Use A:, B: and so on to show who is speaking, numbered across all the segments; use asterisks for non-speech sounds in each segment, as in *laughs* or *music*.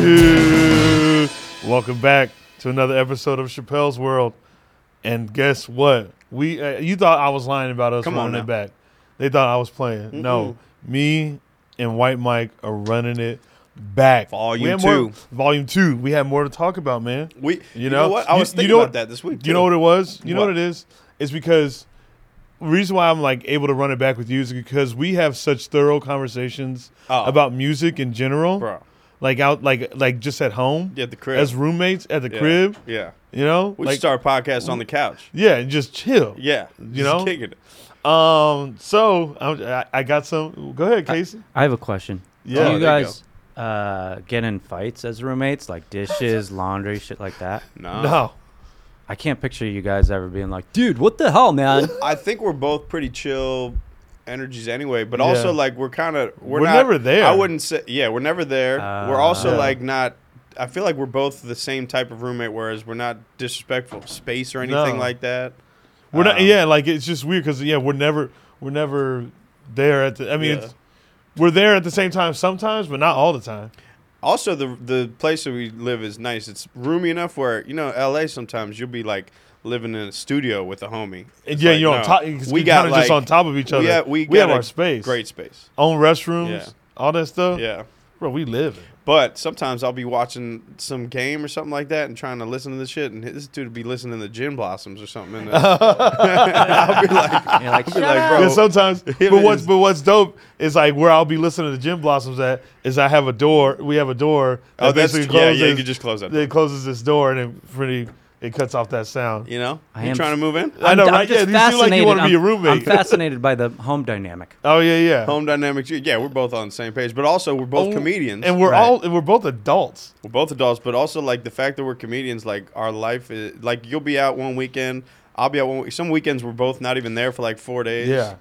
A: Do-do-do-do-do. Welcome back to another episode of Chappelle's World. And guess what? We uh, you thought I was lying about us
B: Come on
A: running it
B: now.
A: back. They thought I was playing. No, me and White Mike are running it back.
B: Volume
A: We had more-
B: two.
A: volume two. We had more to talk about, man.
B: We,
A: You know?
B: what? I
A: You-
B: was
A: you
B: thinking
A: know what-
B: about that this week.
A: You know what it was? You know what
B: What?
A: it is? It's because the reason why I'm like able to run it back with you is because we have such thorough conversations
B: Oh.
A: about music in general.
B: Bro.
A: Like out like like just at home.
B: Yeah, at the crib.
A: As roommates at the
B: Yeah.
A: crib.
B: Yeah.
A: You know?
B: We
A: like
B: should start a podcast on the couch.
A: Yeah, and just chill.
B: Yeah.
A: You
B: Just
A: know?
B: kicking it.
A: Um so I'm, I, I got some go ahead, Casey.
C: I have a question.
A: Yeah.
C: Do
B: Oh,
C: you
B: there you
C: guys uh, get in fights as roommates, like dishes, laundry, shit like that?
B: No.
A: no.
C: I can't picture you guys ever being like, dude, what the
A: *laughs*
C: hell, man?
B: I think we're both pretty chill energies anyway, but
A: Yeah.
B: also like we're kind of we're,
A: We're
B: not-
A: never there.
B: I wouldn't say yeah, we're never there. we're also
A: Ah.
B: like not. I feel like we're both the same type of roommate, whereas we're not disrespectful of space or anything
A: No.
B: like that.
A: We're not
B: Um,
A: yeah, like it's just weird because yeah, we're never we're never there at the I mean
B: Yeah.
A: it's, we're there at the same time sometimes, but not all the time.
B: Also, the the place that we live is nice. It's roomy enough where you know L.A. Sometimes you'll be like living in a studio with a homie.
A: And
B: It's
A: yeah,
B: like,
A: you're on
B: no,
A: top.
B: We
A: We
B: got
A: kind of
B: like
A: just on top of each other.
B: We have, we
A: have
B: got a
A: our space,
B: Great space.
A: own restrooms,
B: Yeah.
A: all that stuff.
B: Yeah.
A: bro, we live.
B: But sometimes I'll be watching some game or something like that and trying to listen to this shit, and this dude would be listening to Gin Blossoms or something. And
A: *laughs*
B: uh, I'll be like,
C: You're like,
B: I'll be
C: "Shut
B: like,
C: up."
B: bro,
A: yeah, sometimes,
B: *laughs*
A: but
B: and
A: what's
B: his-
A: but what's dope is like where I'll be listening to Jim Blossoms at is I have a door. We have a door.
B: oh,
A: that
B: that's,
A: basically
B: yeah, yeah, you
A: closes-
B: could just close that.
A: It closes this door and it pretty it cuts off that sound.
B: You know,
C: I
B: you
C: am-
B: trying to
A: *laughs*
B: move in?
A: I know,
C: I'm
A: right? Yeah,
C: just
A: you seem like you want to be
C: fascinated.
A: a
C: I'm-
A: roommate. *laughs*
C: I'm fascinated by the home dynamic.
A: oh yeah, yeah.
B: Home dynamics. Yeah, we're both on the same page, but also we're both
A: Oh,
B: comedians.
A: and we're
C: Right.
A: all and we're both adults.
B: We're both adults, but also like the fact that we're comedians, like our life is like you'll be out one weekend, I'll be out one. Week. Some weekends we're both not even there for like four days.
A: Yeah,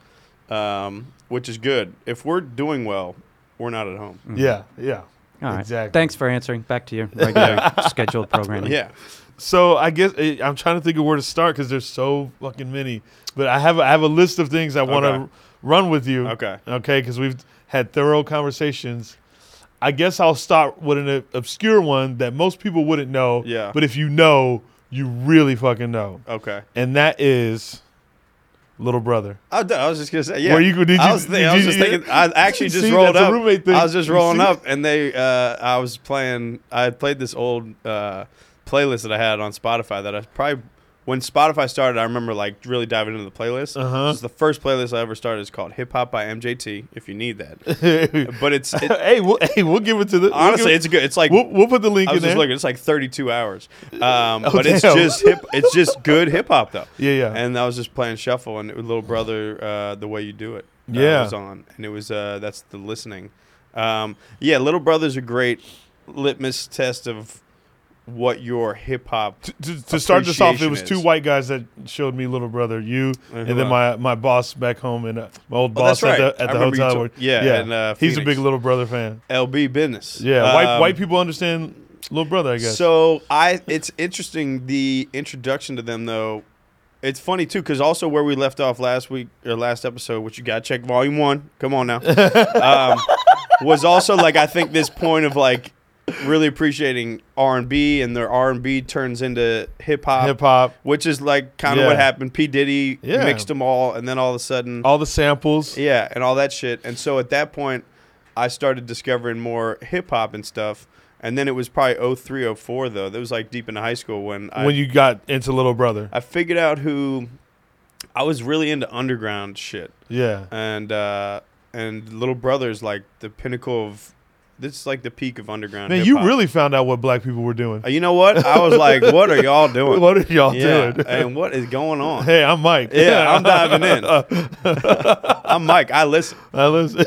B: um, which is good. If we're doing well, we're not at
A: *laughs*
B: home.
A: yeah, yeah.
C: All right.
A: Exactly.
C: Thanks for answering. Back
A: *laughs*
C: to your regular scheduled programming.
B: Yeah,
A: So I guess eh, I'm trying to think of where to start because there's so fucking many. But I have I have a list of things I want to
B: Okay.
A: run with you.
B: Okay.
A: Okay, because we've had thorough conversations. I guess I'll start with an ob- obscure one that most people wouldn't know.
B: Yeah.
A: But if you know, you really fucking know,
B: okay.
A: and that is Little Brother.
B: I, d- I was just gonna say, yeah.
A: Were you- did
B: I
A: you-
B: was, thi-
A: did
B: I was
A: you-
B: just
A: *laughs*
B: thinking. I actually just
A: See,
B: rolled
A: that's a
B: up.
A: roommate thing.
B: I was just
A: You
B: rolling
A: see?
B: up, and they. Uh, I was playing. I had played this old uh, playlist that I had on Spotify. That I probably when Spotify started, I remember like really diving into the playlist.
A: Uh-huh.
B: This is the first playlist I ever started. It's called Hip Hop by MJT. If you need that,
A: *laughs* hey,
B: but it's it,
A: we'll, hey, we'll give it to the
B: honestly,
A: We'll,
B: it's good. It's like
A: we'll, we'll put the link
B: I
A: in
B: was
A: there. Oh,
B: just looking. It's like
A: *laughs*
B: 32 hours, um, but it's
A: damn.
B: just hip. It's just good hip hop though.
A: Yeah, yeah.
B: And I was just playing shuffle and it was little brother, uh, the way you do it. uh,
A: Yeah.
B: was on, and it was uh, that's the listening. Um, yeah, little brother's a great litmus test of what your hip hop.
A: to, to start this off, it was
B: appreciation
A: two
B: is. Uh,
A: white guys that showed me Little Brother, you, and,
B: who
A: then my, my boss back home and uh, my old
B: Oh, that's
A: boss at
B: right.
A: the,
B: I
A: at the
B: remember you
A: hotel.
B: to-
A: where-
B: yeah, in, uh,
A: he's a
B: Phoenix.
A: big Little Brother fan.
B: LB business.
A: Yeah, white
B: Um,
A: white people understand Little Brother, I guess.
B: So I, it's interesting the introduction to them though. It's funny too because also where we left off last week or last episode, which you got to check volume one. Come on now,
A: *laughs*
B: um, was also like I think this point of like really appreciating R and B and their R and B turns into hip hop,
A: Hip hop,
B: which is like kind of what
A: Yeah.
B: happened. P Diddy
A: Yeah.
B: mixed them all, and then all of a sudden,
A: all the samples.
B: yeah, and all that shit. And so at that point, I started discovering more hip hop and stuff. And then it was probably 03, 04, though. That was like deep into high school when I,
A: when you got into Little Brother,
B: I figured out who I was really into underground shit.
A: yeah,
B: And uh, and Little Brother's like the pinnacle of this is like the peak of underground.
A: man, you
B: hip-hop.
A: really found out what black people were doing.
B: Uh, You know what? I was like, what are y'all doing?
A: *laughs* What are y'all
B: yeah,
A: doing? *laughs*
B: and what is going on?
A: Hey, I'm Mike. *laughs*
B: Yeah, I'm diving in. I'm Mike. I listen.
A: I listen.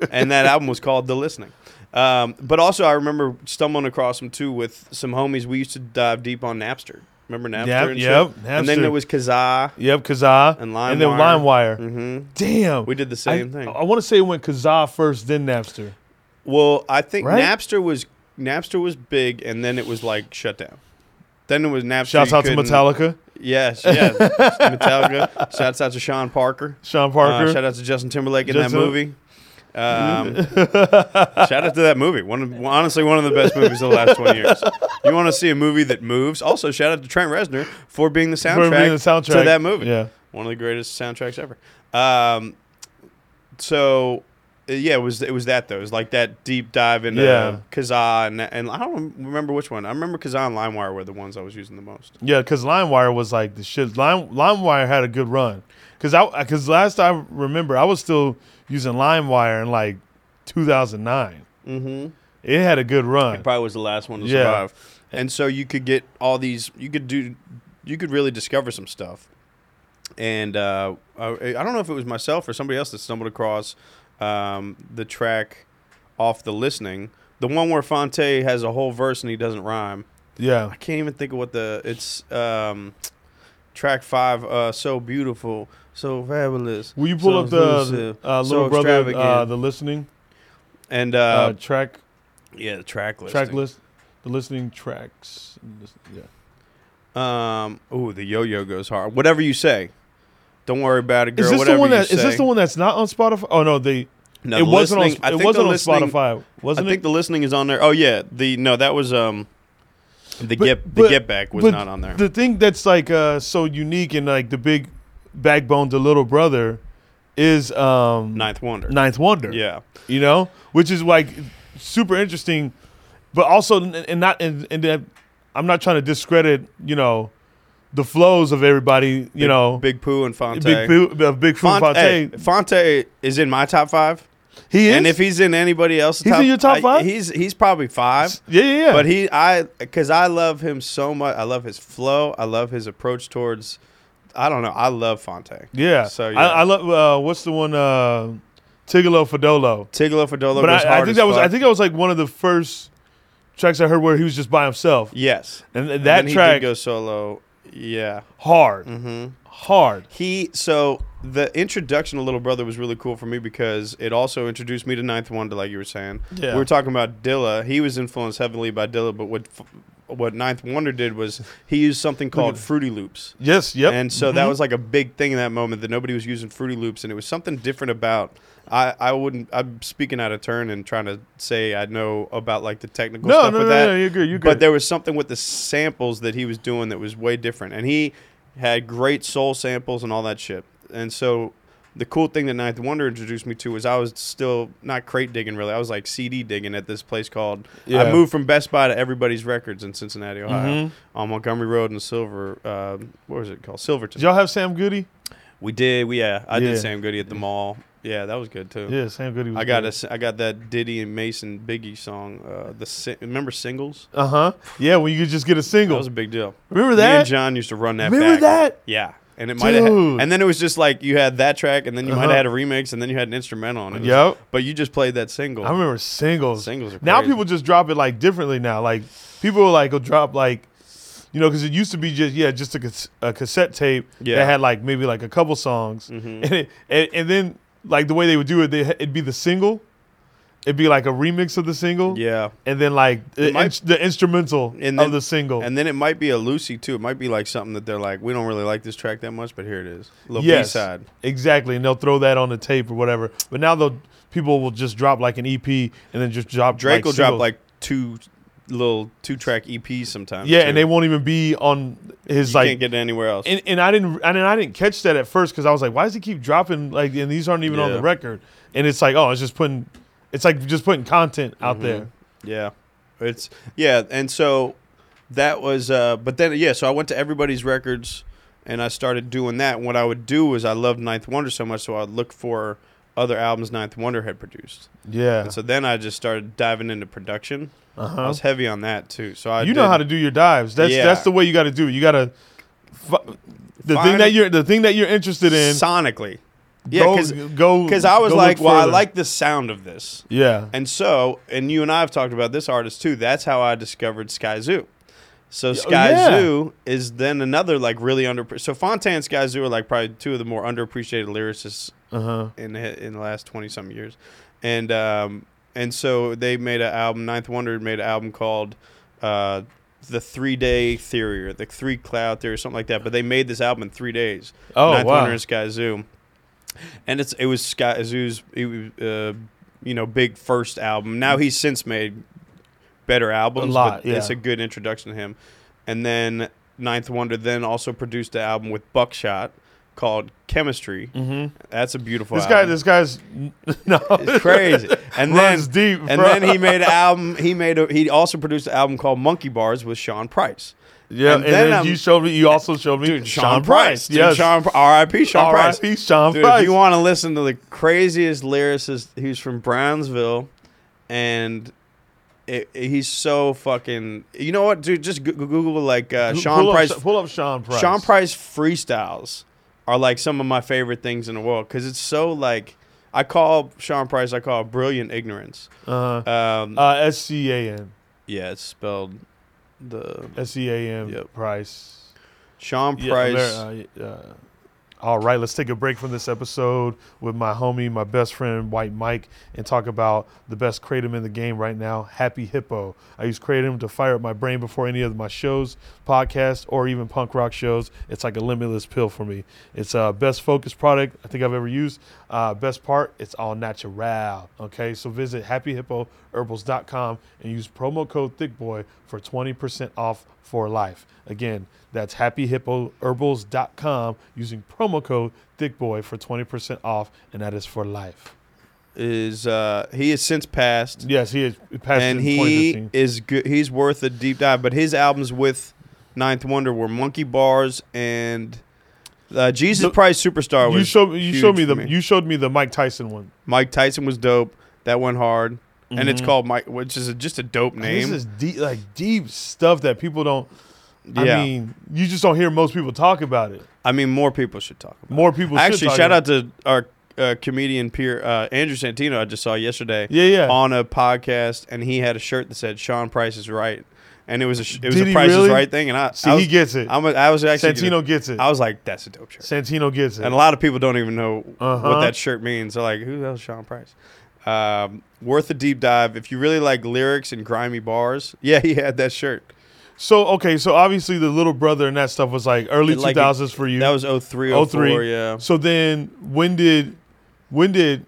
A: *laughs*
B: and that album was called The Listening. Um, but also, I remember stumbling across them too with some homies. We used to dive deep on Napster. Remember Napster?
A: Yep,
B: and
A: yep,
B: shit? And then
A: Napster.
B: there was Kazaa.
A: yep, Kazaa
B: And
A: and then LimeWire.
B: LimeWire. Mm-hmm.
A: Damn,
B: We did the same
A: I, uh,
B: thing.
A: I want to say it went Kazaa first, then Napster.
B: Well, I think
A: Right?
B: Napster was Napster was big, and then it was like shut down. Then it was Napster.
A: Shouts
B: you
A: out to
B: couldn't-
A: Metallica,
B: Yes, yeah,
A: *laughs*
B: Metallica. Shouts out to Sean Parker.
A: Sean
B: Uh,
A: Parker.
B: shout out to Justin Timberlake in
A: Justin-
B: that movie.
A: *laughs*
B: Um, shout out to that movie. One of, honestly, one of the best movies of the last twenty years. You want to see a movie that moves? Also, shout out to Trent Reznor for being the soundtrack,
A: For being the soundtrack
B: to that movie.
A: Yeah.
B: One of the greatest soundtracks ever. Um, so uh, yeah, it was it was that though. It was like that deep dive into
A: Yeah.
B: Kazaa and, and I don't remember which one. I remember Kazaa and LimeWire were the ones I was using the most.
A: Yeah, because LimeWire was like the shit. Lime LimeWire had a good run. Because I because last I remember, I was still using LimeWire in like 2009.
B: Mm-hmm.
A: It had a good run.
B: It probably was the last one to
A: Yeah.
B: survive. And so you could get all these. You could do. You could really discover some stuff. And uh, I, I don't know if it was myself or somebody else that stumbled across um, the track off the listening, the one where Fonte has a whole verse and he doesn't rhyme.
A: Yeah,
B: I can't even think of what the it's um, track five. Uh, so beautiful, so fabulous.
A: will you pull
B: so
A: up the
B: elusive,
A: uh,
B: so
A: little brother uh,
B: extravagant.
A: the listening
B: and
A: uh,
B: uh,
A: track
B: yeah, the track list.
A: track list the listening tracks? and listen- Yeah,
B: Um. Ooh, the yo-yo goes hard. Whatever you say, don't worry about it, girl.
A: is this
B: whatever
A: the one
B: you
A: that is
B: say.
A: this the one that's not on Spotify? Oh no, they
B: No,
A: it
B: the
A: wasn't on
B: listening- I
A: it
B: think the
A: wasn't on
B: listening-
A: Spotify,
B: I
A: wasn't
B: think
A: it?
B: the listening is on there. Oh yeah. The no, that was um. The
A: But-
B: get the
A: but-
B: get back was
A: but
B: not on there.
A: The thing that's like uh, so unique and like the big backbone to Little Brother is um,
B: Ninth wonder.
A: Ninth Wonder.
B: Yeah.
A: you know, which is like super interesting, but also n- and not and, and that I'm not trying to discredit you know the flows of everybody you
B: Big-
A: know
B: Big Pooh and Fonte.
A: big Pooh- uh, big Pooh
B: Fonte,
A: Fonte.
B: hey, Fonte is in my top five.
A: He is
B: And if he's in anybody else's
A: He's in
B: top,
A: your top
B: I-
A: five?
B: he's he's probably five.
A: yeah yeah *laughs* yeah
B: But he, I, because I love him so much. I love his flow. I love his approach towards. I don't know. I love Fonte.
A: yeah
B: So, yeah.
A: I, I love uh, what's the one uh, Tigolo Fodolo.
B: Tigolo Fadolo
A: but
B: goes
A: I, I
B: hard
A: think
B: as
A: that was
B: fuck.
A: I think that was like one of the first tracks I heard where he was just by himself,
B: yes.
A: and th-
B: And
A: that
B: then he
A: track
B: did go solo. Yeah.
A: hard,
B: Mm-hmm.
A: hard.
B: He so the introduction to Little Brother was really cool for me because it also introduced me to Ninth Wonder, like you were saying.
A: Yeah.
B: We were talking about Dilla. He was influenced heavily by Dilla, but what f- what Ninth Wonder did was he used something called Fruity Loops.
A: Yes, yep.
B: And so that
A: Mhm.
B: was like a big thing in that moment that nobody was using Fruity Loops, and it was something different about. I, I wouldn't. I'm speaking out of turn and trying to say I know about like the technical
A: no,
B: stuff
A: no, no,
B: with that.
A: no, you're good, you're good.
B: But there was something with the samples that he was doing that was way different, and he had great soul samples and all that shit. And so the cool thing that Ninth Wonder introduced me to was I was still not crate digging really. I was like CD digging at this place called.
A: Yeah.
B: I moved from Best Buy to Everybody's Records in Cincinnati, Ohio,
A: Mhm.
B: on Montgomery Road and Silver. Uh, what was it called? Silverton.
A: Did y'all have Sam Goody?
B: We did. We yeah. I
A: Yeah.
B: did Sam Goody at the mall. Yeah, that was good too.
A: Yeah, Sam Goody. Was
B: I got
A: good.
B: a, I got that Diddy and Mason Biggie song. Uh, the si- remember singles?
A: Uh huh. Yeah, when you could just get a
B: That
A: single.
B: was a big deal.
A: Remember
B: Me and
A: that?
B: John used to run that.
A: Remember
B: back.
A: that?
B: Yeah. And it might have,
A: Dude.
B: and then it was just like you had that track, and then you might
A: Uh-huh.
B: have had a remix, and then you had an instrumental on it.
A: Yep.
B: But you just played that single.
A: I remember singles.
B: Singles are
A: now
B: crazy.
A: people just drop it like differently. Now, like people will, like will drop like. You know, because it used to be just yeah, just a, cas- a cassette tape
B: Yeah. Mm-hmm.
A: that had like maybe like a couple songs, *laughs* and, it, and and then like the way they would do it, they, it'd be the single, it'd be like a remix of the single,
B: Yeah.
A: and then like the,
B: might-
A: ins- the instrumental
B: And
A: of
B: then-
A: the single.
B: And then it might be a Lucy too. It might be like something that they're like, we don't really like this track that much, but here it is, little
A: Yes.
B: B-side.
A: exactly, and they'll throw that on the tape or whatever. But now they'll people will just drop like an EP and then just drop
B: Drake
A: like,
B: will drop
A: singles.
B: like two little two track EPs sometimes.
A: yeah,
B: too.
A: and they won't even be on his
B: you
A: like
B: can't get it anywhere else.
A: and, and I didn't and I didn't catch that at first because I was like, why does he keep dropping like and these aren't even on the
B: Yeah.
A: record? And it's like, oh, it's just putting it's like just putting content out
B: Mhm.
A: there.
B: Yeah. It's yeah, and so that was uh but then yeah, so I went to everybody's records and I started doing that. And what I would do is I loved Ninth Wonder so much so I'd look for other albums Ninth Wonder had produced.
A: Yeah.
B: And so then I just started diving into production. I
A: Uh-huh.
B: was heavy on that too. So I
A: You know
B: did-
A: how to do your dives. That's
B: Yeah.
A: that's the way you got to do. it. You got to the thing
B: Find-
A: that you're the thing that you're interested in.
B: sonically. Yeah, cuz
A: go
B: cuz I was
A: go
B: like,
A: look
B: well, I
A: further.
B: like the sound of this.
A: yeah.
B: And so, and you and I have talked about this artist too. That's how I discovered Sky Zoo. So Sky
A: Oh, yeah.
B: Zoo is then another like really under. So Fontaine and Sky Zoo are like probably two of the more underappreciated lyricists
A: Uh huh.
B: in the- in the last twenty some years, and um and so they made an album. Ninth Wonder made an album called. Uh, the three day theory or the three cloud theory or something like that, but they made this album in three days.
A: Oh
B: Ninth
A: wow.
B: Wonder and Sky Zoo. And it's it was Sky Zoo's it was, uh, you know big first album. Now he's since made better albums.
A: lot,
B: but It's
A: yeah.
B: a good introduction to him. And then Ninth Wonder then also produced an album with Buckshot called Chemistry.
A: Mm-hmm.
B: That's a beautiful.
A: This guy,
B: album.
A: this guy's *laughs* no,
B: It's
A: *laughs*
B: crazy. And then
A: runs deep,
B: and
A: bro.
B: then he made an album. He made a, he also produced an album called Monkey Bars with Sean Price.
A: yeah.
B: and
A: And,
B: then
A: then,
B: I'm-
A: you showed me. You also showed me Sean, Price.
B: Dude,
A: yes,
B: Sean, R.I.P. Sean Price.
A: R.I.P. Sean
B: Dude,
A: Price.
B: if you want to listen to the craziest lyricist, he's from Brownsville, and it, it- he's so fucking. You know what, dude? Just goo- goo- Google like uh,
A: Who-
B: Sean
A: pull
B: Price.
A: Up, pull up Sean Price.
B: Sean Price freestyles are like some of my favorite things in the world because it's so like I call Sean Price. I call it brilliant ignorance.
A: Uh,
B: Um,
A: uh, S C A N.
B: yeah, it's spelled the
A: S E A M
B: Yep.
A: Price.
B: Sean
A: Yeah,
B: Price.
A: Amer- uh, uh, all right, let's take a break from this episode with my homie, my best friend, White Mike, and talk about the best kratom in the game right now, Happy Hippo. I use kratom to fire up my brain before any of my shows, podcasts, or even punk rock shows. It's like a limitless pill for me. It's a uh, best focused product I think I've ever used. Uh, best part, it's all natural. Okay, so visit happyhippoherbals.com and use promo code ThickBoy for 20% off for life. Again, that's happyhippoherbals.com using promo code ThickBoy for 20% off, and that is for life.
B: is uh he has since passed
A: Yes, he is he passed
B: and
A: in
B: he
A: 2015.
B: is good he's worth a deep dive but his albums with ninth wonder were monkey bars and uh, jesus
A: Look,
B: Price superstar was
A: You showed you
B: huge
A: showed me
B: for
A: the
B: me.
A: you showed me the Mike Tyson one.
B: mike tyson was dope that went hard and it's
A: Mhm.
B: called mike which is a, just a dope name
A: This is deep, like deep stuff that people don't.
B: yeah
A: I mean, you just don't hear most people talk about it.
B: more people should talk about
A: More people
B: it. actually
A: should talk
B: shout
A: about
B: out to our uh, comedian peer uh, andrew santino i just saw yesterday
A: Yeah, yeah.
B: on a podcast and he had a shirt that said sean price is right and it was a sh- it was
A: Did
B: a
A: he
B: price is
A: really?
B: right thing and i,
A: See,
B: I was,
A: he gets it.
B: I'm a, I was actually
A: Santino gets it.
B: I was like, that's a dope shirt.
A: Santino gets it.
B: And a lot of people don't even know what
A: Uh-huh.
B: that shirt means. They're like, who the hell's Sean Price? Um, worth a deep dive. If you really like lyrics and grimy bars, *laughs* yeah, he had that shirt.
A: so okay, so obviously the little brother and that stuff was like early
B: Like,
A: two thousands for you.
B: That was 03, 04,
A: 03.
B: yeah.
A: so then when did when did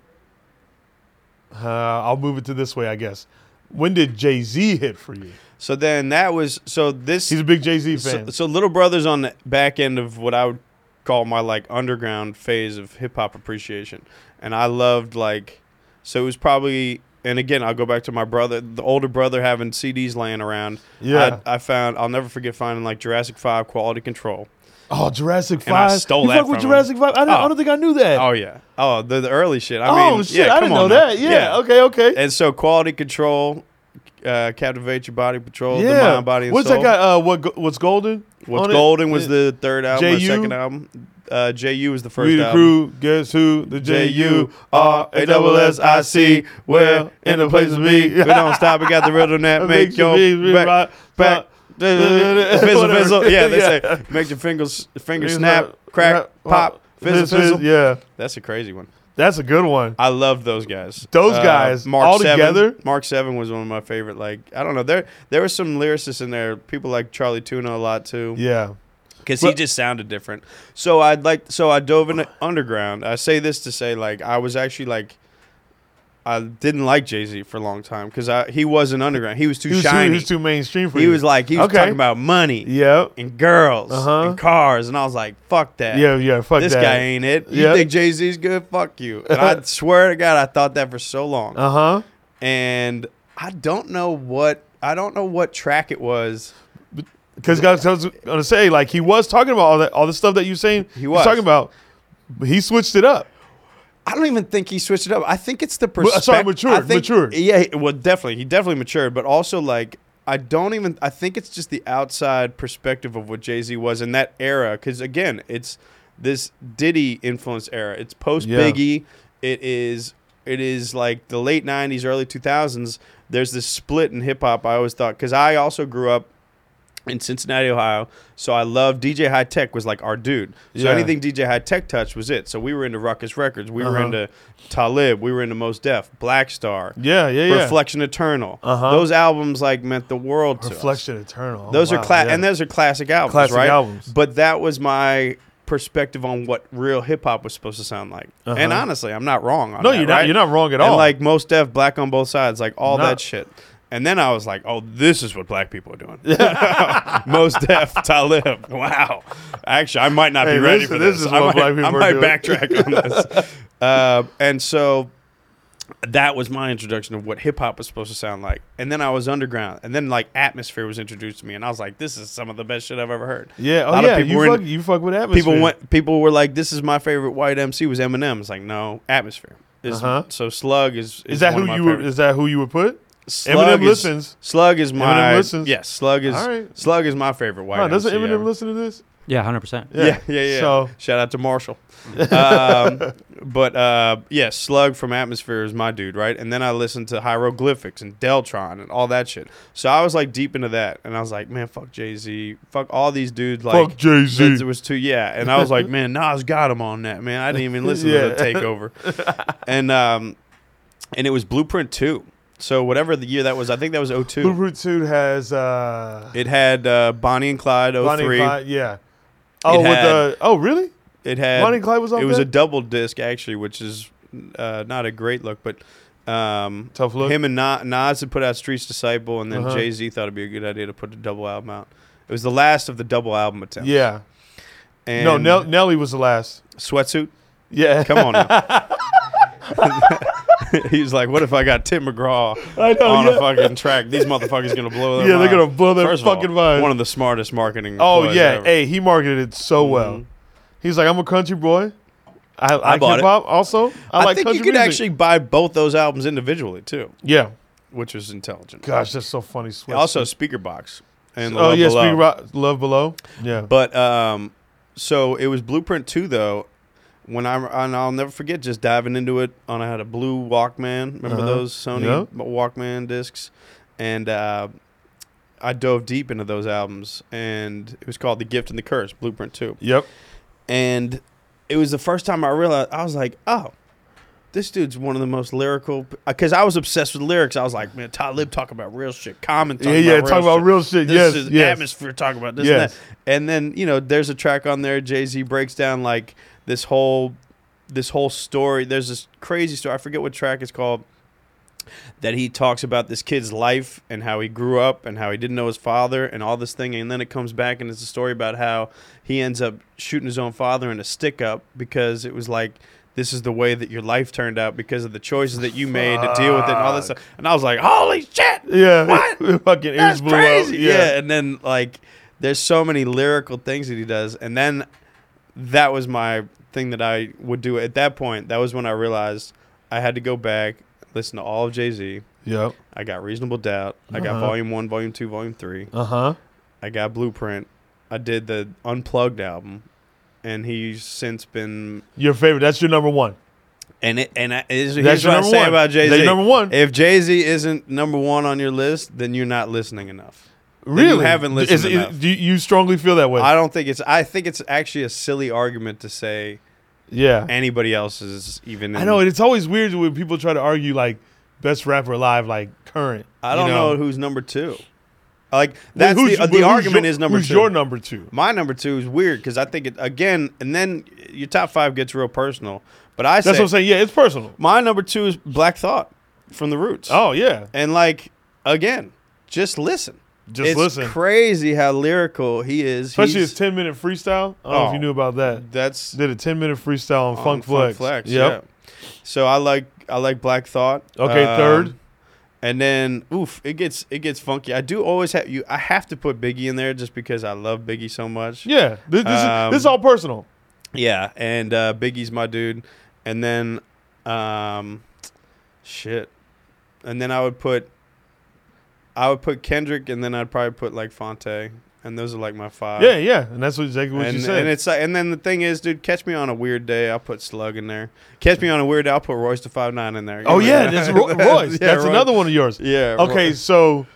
A: uh, I'll move it to this way, I guess. When did Jay Z hit for you?
B: So then that was, so this.
A: He's a big Jay Z
B: so,
A: fan.
B: so Little Brother's on the back end of what I would call my like underground phase of hip hop appreciation, and I loved like so it was probably and again I'll go back to my brother, the older brother having CDs laying around.
A: Yeah.
B: I, I found I'll never forget finding like Jurassic Five Quality Control.
A: oh, Jurassic
B: And I
A: Five.
B: stole
A: you
B: that
A: fuck with
B: from
A: Jurassic Five. I, don't-
B: Oh.
A: I don't think I knew that.
B: Oh yeah, oh the, the early shit. I
A: Eh. oh
B: mean,
A: shit,
B: yeah,
A: I
B: come
A: didn't
B: on
A: know
B: now.
A: that. Yeah, okay, okay.
B: And so Quality Control, uh, Captivate Your Body Patrol, the
A: yeah.
B: Mind, Body, and
A: What's
B: Soul.
A: that guy? Uh, what go- what's golden?
B: What's
A: on it?
B: Golden was
A: Yeah.
B: the third album, or
A: JU?
B: second album. Uh, Ju was the first
A: we the
B: album.
A: crew, guess who? The J U R A double S I C. Well, in the place to *laughs* be.
B: We don't stop. We got the rhythm that make
A: Makes
B: your
A: you be- be
B: back,
A: rock,
B: back,
A: rock.
B: fizzle,
A: Whatever.
B: fizzle. Yeah, they
A: Yeah.
B: say make your fingers, fingers
A: Fingers
B: snap,
A: snap,
B: crack,
A: snap,
B: pop, fizzle,
A: Fizz, fizz,
B: fizzle.
A: Yeah,
B: That's a crazy one.
A: that's a good one.
B: I love those guys. Uh,
A: Those guys, all together?
B: Mark Seven was one of my favorite. Like I don't know, there there were some lyricists in there. People like Charlie Tuna a lot too
A: Yeah.
B: because he
A: But-
B: just sounded different. So I'd like, so I dove in underground. I say this to say, like, I was actually like, I didn't like Jay Z for a long time because I he wasn't underground. He was too
A: He was, too, he
B: shiny.
A: was too mainstream for
B: he
A: you.
B: was like, he was
A: Okay.
B: talking about money
A: yeah,
B: and girls
A: Uh-huh.
B: and cars, and I was like, fuck that.
A: yeah, yeah. Fuck
B: this
A: that.
B: guy ain't it. You
A: Yeah.
B: think Jay Z's good? Fuck you.
A: *laughs*
B: And I swear to God, I thought that for so long.
A: Uh huh.
B: And I don't know what I don't know what track it was.
A: Because guys, I was gonna say like he was talking about all that, all the stuff that you saying.
B: He was.
A: talking about. but He switched it up.
B: I don't even think he switched it up. I think it's the
A: Ma-
B: perspective.
A: sorry, matured, matured.
B: Yeah, he- well, definitely, he definitely matured, but also like I don't even. I think it's just the outside perspective of what Jay Z was in that era. Because again, it's this Diddy influence era. It's post
A: Yeah.
B: Biggie. It is. It is like the late '90s, early 2000s. There's this split in hip hop. I always thought because I also grew up in Cincinnati, Ohio. So I love DJ High Tech was like our dude. So
A: Yeah.
B: anything DJ High Tech touched was it. So we were into Ruckus Records, we were
A: Uh-huh.
B: into Talib, we were into Most Def, Black Star,
A: Yeah, yeah, yeah.
B: Reflection Eternal.
A: Uh-huh.
B: Those albums like meant the world to us.
A: Reflection Eternal. Oh,
B: Those are
A: wow,
B: cla-
A: yeah.
B: and those are classic albums,
A: Classic
B: right?
A: albums.
B: But that was my perspective on what real hip hop was supposed to sound like. And
A: Uh-huh.
B: honestly, I'm not wrong on
A: No,
B: that,
A: you're
B: right?
A: not. You're not wrong at
B: and
A: all.
B: like most deaf, black on both sides, like all
A: No.
B: that shit. And then I was like, oh, this is what black people are doing. *laughs* most deaf, Talib. Wow. Actually, I might not
A: Hey,
B: be ready
A: this-
B: for
A: this is
B: this. I
A: what
B: might,
A: black people
B: I
A: are
B: might
A: doing.
B: backtrack on
A: *laughs*
B: this. Uh, and so that was my introduction of what hip hop was supposed to sound like. And then I was underground. And then like atmosphere was introduced to me, and I was like, this is some of the best shit I've ever heard.
A: yeah, oh
B: lot of
A: yeah,
B: people
A: you
B: were in-
A: fuck, you fuck with atmosphere.
B: People went. People were like, "This is my favorite white MC was Eminem." It's like, no, atmosphere. Is,
A: Uh-huh.
B: So Slug is.
A: Is that who
B: one of my
A: you would,
B: favorite-
A: is that who you would put?
B: Slug
A: Eminem
B: is-
A: listens.
B: Slug is my.
A: listens.
B: Yes, Slug is.
A: All right.
B: Slug is my favorite white.
A: Huh, doesn't
B: MC
A: Eminem
B: ever.
A: listen to this?
C: Yeah, hundred percent.
B: *laughs* Yeah, yeah, yeah.
A: So
B: Shout out
A: *laughs*
B: to Marshall. um, but uh, yeah, Slug from Atmosphere is my dude, right? And then I listened to Hieroglyphics and Deltron and all that shit. So I was like deep into that, and I was like, man, fuck Jay Z, fuck all these dudes, like
A: fuck Jay Z.
B: It was too yeah, and I was like, man, Nas got him on that, man. I didn't even listen to the
A: *laughs* Yeah.
B: takeover,
A: *laughs*
B: and um, and it was Blueprint two. So whatever the year that was, I think that was 02.
A: Blueprint Two has uh,
B: It had uh, Bonnie and Clyde 03.
A: Bonnie and Clyde. Yeah. Oh, with
B: had-
A: the oh really?
B: It had
A: Bonnie and Clyde was on.
B: it was
A: there?
B: a double disc actually, which is uh, not a great look, but um,
A: tough look.
B: him and Na- Nas had put out Streets Disciple, and then
A: Uh-huh.
B: Jay Z thought it'd be a good idea to put a double album out. It was the last of the double album attempt.
A: yeah.
B: and
A: no, Nell- Nelly was the last.
B: sweatsuit.
A: Yeah.
B: Come on now. *laughs* he was like, "What if I got Tim McGraw
A: *laughs* I know.
B: on
A: Oh, Yeah.
B: a fucking track? These motherfuckers gonna blow their
A: *laughs* yeah, they're
B: mind."
A: gonna blow their
B: First of all,
A: fucking mind.
B: One of the smartest marketing.
A: oh
B: ploys
A: yeah,
B: ever.
A: hey, he marketed it so well.
B: Mhm.
A: He's like, I'm a country boy. I, I,
B: bought it.
A: hip hop also. I,
B: I,
A: like
B: think
A: country
B: you could
A: music.
B: actually buy both those albums individually too,
A: Yeah.
B: which is intelligent.
A: Gosh, that's so funny. Sweat.
B: also speaker box and
A: oh
B: Love
A: yeah,
B: Below.
A: speaking about love below. Yeah.
B: But um, so it was Blueprint two though. When I and I'll never forget just diving into it on I had a blue Walkman. Remember
A: Uh-huh.
B: those Sony
A: Yeah.
B: Walkman discs, and uh, I dove deep into those albums. And it was called The Gift and the Curse, Blueprint two.
A: yep.
B: And it was the first time I realized I was like, oh. This dude's one of the most lyrical because I was obsessed with lyrics. I was like, man, Talib talk about real shit, Common talk
A: Yeah, yeah.
B: about
A: Talk
B: real
A: about
B: shit
A: real shit.
B: this
A: yes.
B: is
A: yes.
B: atmosphere talking about this
A: Yes.
B: and that. And then, you know, there's a track on there, Jay Z breaks down like this whole this whole story. There's this crazy story. I forget what track it's called. That he talks about this kid's life and how he grew up and how he didn't know his father and all this thing. And then it comes back and it's a story about how he ends up shooting his own father in a stick up because it was like, this is the way that your life turned out because of the choices that you made to deal with it and all this stuff. And I was like, holy shit.
A: Yeah. *laughs*
B: What?
A: Fucking ears
B: That's
A: blew
B: crazy.
A: out.
B: Yeah. and then like there's so many lyrical things that he does, and then that was my thing that I would do at that point. That was when I realized I had to go back, listen to all of Jay Z.
A: Yep.
B: I got Reasonable Doubt. I got
A: Uh-huh.
B: Volume One, Volume Two, Volume Three.
A: Uh huh.
B: I got Blueprint. I did the Unplugged album, and he's since been
A: Your favorite. That's your number one.
B: and it and I, here's
A: That's
B: here's
A: your
B: what I
A: number
B: say
A: one.
B: about Jay
A: That's
B: Z.
A: your number one.
B: If Jay Z isn't number one on your list, then you're not listening enough. you
A: Really?
B: haven't listened
A: Is,
B: enough.
A: is, do you strongly feel that way?
B: I don't think it's. I think it's actually a silly argument to say
A: yeah.
B: anybody else is even. In,
A: I know and it's always weird when people try to argue like best rapper alive, like current.
B: I
A: you
B: don't know. who's number two. Like that's
A: Who's-
B: the, uh,
A: who's
B: the argument
A: your-
B: is number
A: who's
B: two.
A: your number two?
B: My number two is weird because I think it again, and then your top five gets real personal. But I
A: That's
B: say
A: what I'm saying. Yeah, it's personal.
B: my number two is Black Thought from the Roots.
A: Oh yeah,
B: and like again, just listen.
A: just
B: it's
A: listen.
B: Crazy how lyrical he is.
A: Especially
B: He's-
A: his 10 minute freestyle. I don't know if
B: Oh.
A: you knew about that.
B: that's
A: Did a 10 minute freestyle on,
B: on
A: Funk Flex. Yep.
B: Oh, Yeah. So I like I like Black Thought. Um,
A: Okay, third.
B: And then oof, it gets it gets funky. I do always have you I have to put Biggie in there just because I love Biggie so much.
A: Yeah. This, this, is,
B: Um,
A: this is all personal.
B: Yeah, and uh, Biggie's my dude. And then um shit. And then I would put I would put Kendrick and then I'd probably put like Fonte. And those are like my five.
A: yeah, yeah. And that's what- exactly what
B: uh, and,
A: you said.
B: and it's like, and then the thing is, dude, catch me on a weird day. I'll put Slug in there. Catch me on a weird day. I'll put Royce to five nine in there.
A: oh, yeah. That's
B: *laughs*
A: Ro- Royce.
B: Yeah,
A: that's
B: Royce.
A: another one of yours.
B: Yeah.
A: Okay, so,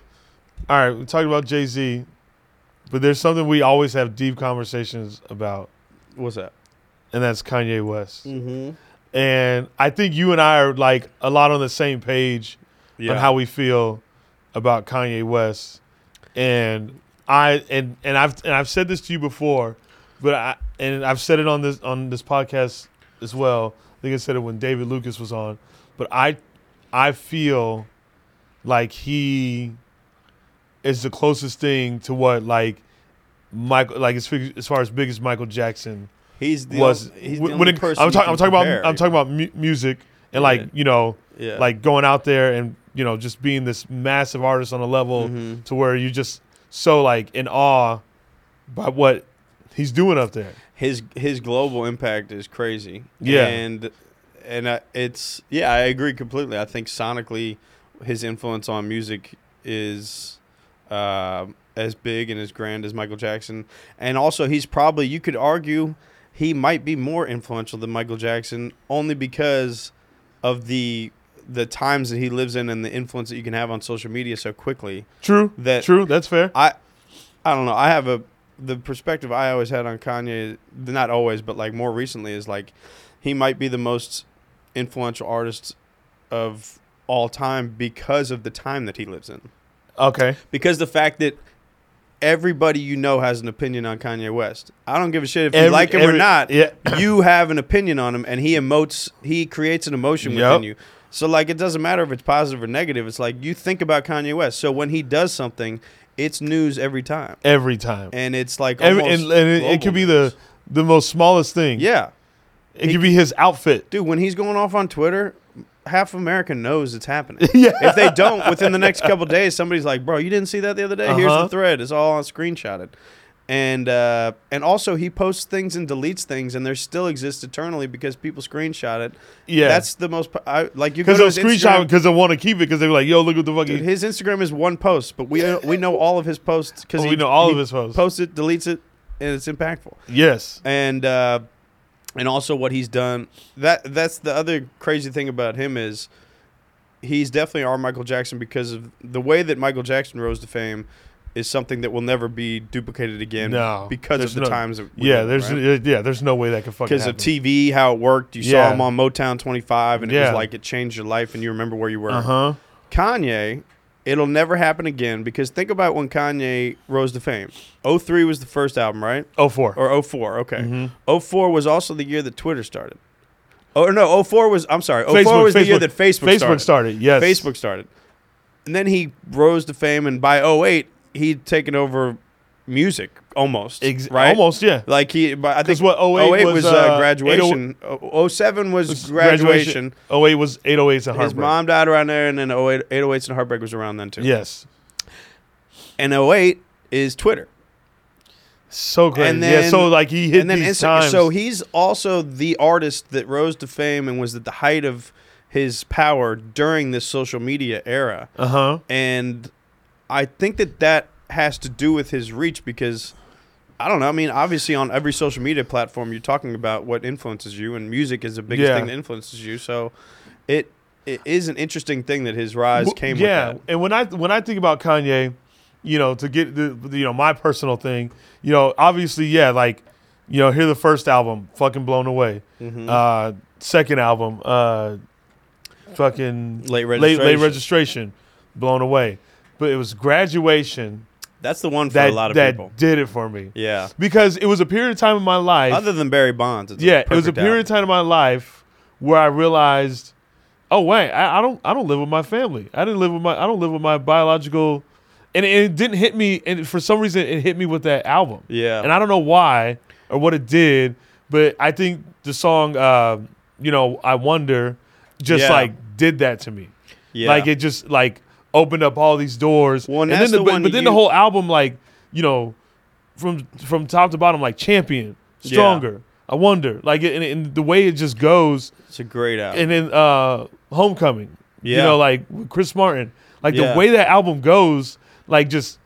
A: all right, we're talking about Jay Z, but there's something we always have deep conversations about,
B: What's that?
A: and that's Kanye West.
B: Mm-hmm.
A: And I think you and I are like a lot on the same page
B: Yeah.
A: on how we feel about Kanye West. And I and and I've and I've said this to you before, But I and I've said it on this on this podcast as well. I think I said it when David Lucas was on. But I I feel like he is the closest thing to what like Michael like as, fig- as far as big as Michael Jackson
B: He's the
A: was.
B: only, he's the
A: When
B: only
A: it-
B: person
A: I'm
B: you
A: talking
B: can
A: I'm talking
B: compare.
A: about I'm talking about mu- music and like
B: Yeah.
A: you know
B: yeah.
A: *laughs* like going out there and you know just being this massive artist on a level
B: Mhm.
A: to where you're just so like in awe by what he's doing up there.
B: his his global impact is crazy.
A: Yeah.
B: and and I, it's yeah, I agree completely. I think sonically, his influence on music is uh, as big and as grand as Michael Jackson, and also he's probably you could argue he might be more influential than Michael Jackson only because of the the times that he lives in and the influence that you can have on social media so quickly.
A: True.
B: That-
A: true. That's fair.
B: I I don't know. I have a the perspective I always had on Kanye, not always, but like more recently is like he might be the most influential artist of all time because of the time that he lives in.
A: Okay.
B: Because the fact that everybody you know has an opinion on Kanye West. I don't give a shit if you
A: Every-
B: like him or
A: every-
B: not.
A: Yeah.
B: You have an opinion on him and he emotes he creates an emotion
A: Yep.
B: within you. So like it doesn't matter if it's positive or negative. It's like you think about Kanye West. So when he does something, it's news every time
A: Every time.
B: and it's like
A: Every,
B: almost
A: and and it, it
B: global
A: could be
B: news.
A: the the most smallest thing.
B: yeah,
A: It could be his outfit.
B: dude. When he's going off on Twitter, half America knows it's happening.
A: *laughs* Yeah.
B: If they don't, within the next couple days, somebody's like, "Bro, you didn't see that the other day? Here's the
A: Uh-huh.
B: thread. It's all screenshotted." And uh, and also he posts things and deletes things, and they still exist eternally because people screenshot it.
A: Yeah.
B: that's the most. po- I, like you go
A: because
B: to
A: they'll
B: his
A: screenshot
B: Instagram.
A: because they want to keep it because they're like, yo, look what the fuck. *laughs*
B: Dude,
A: he-
B: his Instagram is one post, but we we know all of his posts because
A: we know all of his posts.
B: Posts it, deletes it, and it's impactful.
A: yes.
B: and uh, and also what he's done. That that's the other crazy thing about him is he's definitely our Michael Jackson because of the way that Michael Jackson rose to fame is something that will never be duplicated again.
A: No,
B: because of
A: there's
B: the
A: no-
B: times. That we
A: Yeah.
B: live in,
A: There's
B: right?
A: yeah. There's no way that could fucking.
B: because
A: Because
B: of TV, how it worked. You
A: Yeah.
B: saw him on Motown 25, and it was
A: Yeah.
B: like it changed your life, and you remember where you were.
A: Uh huh.
B: Kanye, it'll never happen again because think about when Kanye rose to fame. 03 was the first album, right?
A: Oh four.
B: Or 04, okay.
A: Mm-hmm.
B: 04 was also the year that Twitter started. Oh, no, 04 was, I'm sorry, 04
A: Facebook,
B: was the year
A: Facebook.
B: that Facebook,
A: Facebook
B: started.
A: started. Yes.
B: Facebook started. And then he rose to fame, and by 08, he'd taken over music almost.
A: Ex-
B: right?
A: Almost. Yeah.
B: Like he, but I think
A: Because what 08,
B: 08 was, uh,
A: 80
B: graduation. O- 07 was
A: was
B: graduation.
A: 08 was 808s and
B: His
A: Heartbreak.
B: mom died around there, and then 08, 808s and Heartbreak was around then too.
A: Yes.
B: And 08 is Twitter.
A: So great.
B: And
A: yeah.
B: then-
A: So like he hit
B: and then
A: these
B: Instagram.
A: times.
B: So he's also the artist that rose to fame and was at the height of his power during this social media era.
A: uh huh.
B: And I think that that has to do with his reach because I don't know. I mean, obviously, on every social media platform, you're talking about what influences you, and music is the biggest
A: Yeah.
B: thing that influences you. So it it is an interesting thing that his rise
A: W-
B: came
A: yeah,
B: with.
A: and when I when I think about Kanye, you know, to get the the, you know my personal thing, you know, obviously, yeah, like you know, hear the first album, fucking blown away.
B: That. Mhm.
A: Uh, second album, uh, fucking late
B: late registration.
A: late registration, blown away. But it was graduation
B: That's the one for
A: that
B: a lot of
A: that
B: people.
A: did it for me
B: Yeah.
A: because it was a period of time in my life
B: Other than Barry Bonds, it's a
A: yeah, it was a
B: perfect
A: period of time in my life where I realized, oh wait, I, I don't I don't live with my family. I didn't live with my I don't live with my biological, and, and it didn't hit me. And for some reason, it hit me with that album,
B: album. Yeah.
A: and I don't know why or what it did, but I think the song, uh, you know, I wonder, just
B: Yeah.
A: like did that to me.
B: Yeah.
A: Like it just like opened up all these doors.
B: Well, and
A: and
B: that's
A: then the,
B: the
A: but,
B: one
A: but
B: that
A: then
B: you-
A: the whole album, like, you know, from from top to bottom, like champion,
B: Yeah.
A: stronger. I wonder. Like and, and the way it just goes
B: it's a great album.
A: and then uh homecoming. You
B: Yeah.
A: know, like with Chris Martin. Like
B: Yeah.
A: the way that album goes, like just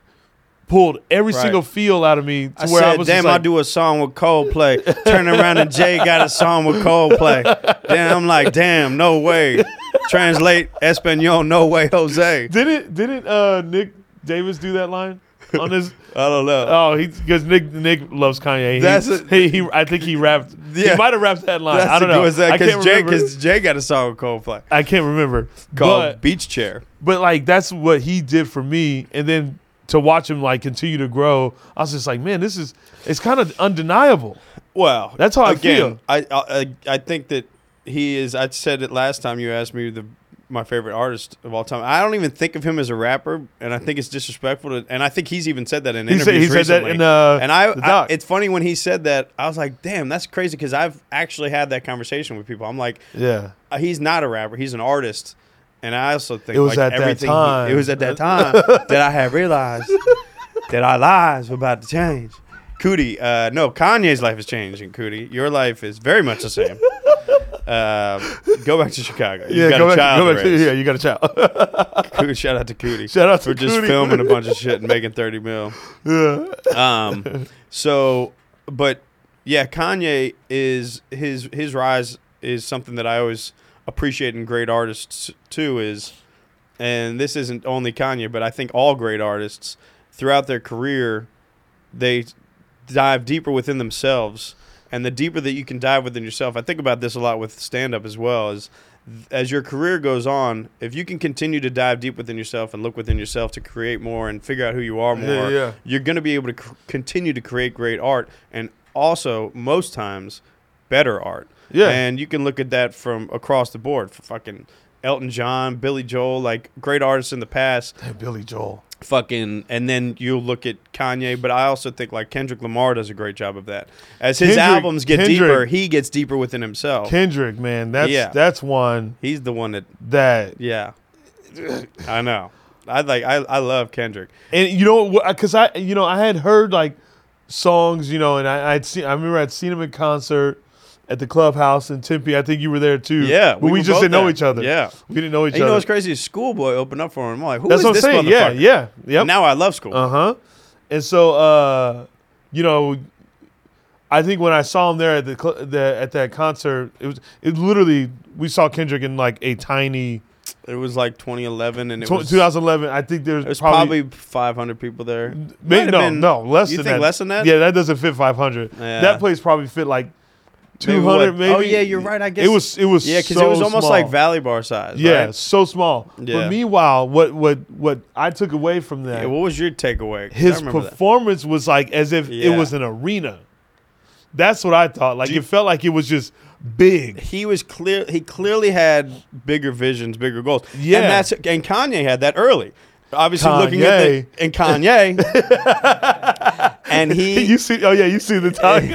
A: pulled every
B: Right.
A: single feel out of me to
B: I
A: where
B: said,
A: I was
B: damn,
A: just like,
B: I'll do a song with Coldplay. Turn around and Jay got a song with Coldplay. then I'm like, damn, no way. Translate Espanol, no way, Jose.
A: did it didn't uh Nick Davis do that line on
B: *laughs*
A: his
B: I don't know.
A: Oh, he because Nick Nick loves Kanye. He,
B: That's a-
A: he, he I think he rapped.
B: Yeah.
A: He might have rapped that line.
B: That's
A: I don't
B: the
A: know.
B: good one,
A: I
B: Cause
A: can't
B: Jay,
A: remember.
B: cause Jay got a song with Coldplay
A: I can't remember.
B: called
A: But
B: Beach Chair.
A: but like that's what he did for me, and then to watch him like continue to grow, I was just like, man, this is it's kind of undeniable.
B: Well,
A: That's how I feel.
B: again, I feel. I, I I think that he is. I said it last time you asked me the my favorite artist of all time. I don't even think of him as a rapper, and I think it's disrespectful. To, and I think he's even said that in
A: He
B: interviews
A: said, he said that
B: recently.
A: in uh,
B: and I,
A: the
B: I,
A: doc.
B: it's funny when he said that. I was like, "Damn, that's crazy," because I've actually had that conversation with people. I'm like,
A: yeah.
B: uh, "He's not a rapper; he's an artist." And I also think
A: It was
B: like,
A: at that
B: everything he-
A: time.
B: it
A: *laughs*
B: was at that time that I had realized that our lives were about to change. Cootie, uh, no, Kanye's life is changing. Cootie, your life is very much
A: *laughs*
B: the same. Um go back to Chicago. You
A: Yeah,
B: got
A: go
B: a
A: back,
B: child *laughs*
A: go back to,
B: raise.
A: yeah, you got a child.
B: Cootie, shout out to
A: *laughs*
B: Cootie.
A: Shout out to
B: We're just
A: Cootie.
B: filming a bunch of shit and making thirty mil. Um, so, but yeah, Kanye is his his rise is something that I always appreciate in great artists too. Is and this isn't only Kanye, but I think all great artists throughout their career they dive deeper within themselves and the deeper that you can dive within yourself i think about this a lot with stand up as well is th- as your career goes on if you can continue to dive deep within yourself and look within yourself to create more and figure out who you are more
A: Yeah, yeah.
B: you're going to be able to c- continue to create great art and also most times better art
A: Yeah.
B: and you can look at that from across the board for fucking elton john billy joel like great artists in the past
A: Billy Joel.
B: fucking and then you look at Kanye, but I also think like Kendrick Lamar does a great job of that. As his
A: Kendrick-
B: albums get
A: Kendrick-
B: deeper, he gets deeper within himself.
A: Kendrick, man, that's
B: Yeah.
A: that's one
B: He's the one that
A: that *laughs*
B: yeah. I know. I like I, I love Kendrick.
A: and you know because i you know i had heard like songs you know and I, i'd seen i remember i'd seen him in concert at the clubhouse in tempe i think you were there too
B: Yeah,
A: but
B: we
A: we,
B: were
A: just
B: both
A: didn't know
B: there.
A: each other
B: Yeah.
A: we didn't know each
B: And you
A: other
B: know what's crazy is Schoolboy opened up for him. I'm like, who
A: that's
B: is
A: what i'm
B: this
A: saying yeah
B: motherfucker?
A: yeah yep
B: Now I love Schoolboy.
A: uh-huh and so uh you know i think when i saw him there at the, cl- the at that concert it was it literally we saw kendrick in like a tiny
B: it was like 2011 and it
A: tw-
B: was,
A: 2011 i think there's
B: it was
A: probably
B: probably, 500 people there. Might
A: Maybe,
B: have
A: no,
B: been-
A: no, less
B: you
A: than
B: think
A: that.
B: less than that?
A: Yeah, that doesn't fit 500.
B: Yeah.
A: That place probably fit like
B: Maybe
A: 200,
B: what-
A: maybe.
B: Oh yeah, you're right. I guess
A: It was, it was,
B: yeah, because
A: so
B: it was almost
A: small.
B: like Valley Bar size.
A: Yeah,
B: right?
A: so small.
B: Yeah.
A: But meanwhile, what, what, what I took away from that,
B: Yeah, what was your takeaway? 'Cause I
A: his
B: remember that.
A: performance was like as if
B: Yeah.
A: it was an arena. That's what I thought. Like
B: Do you-
A: it felt like it was just big.
B: he was clear. He clearly had bigger visions, bigger goals.
A: Yeah.
B: and that's and Kanye had that early. Obviously, looking at the,
A: Kanye.
B: and Kanye,
A: *laughs*
B: and he.
A: You see, oh yeah, you see
B: *laughs*
A: the time.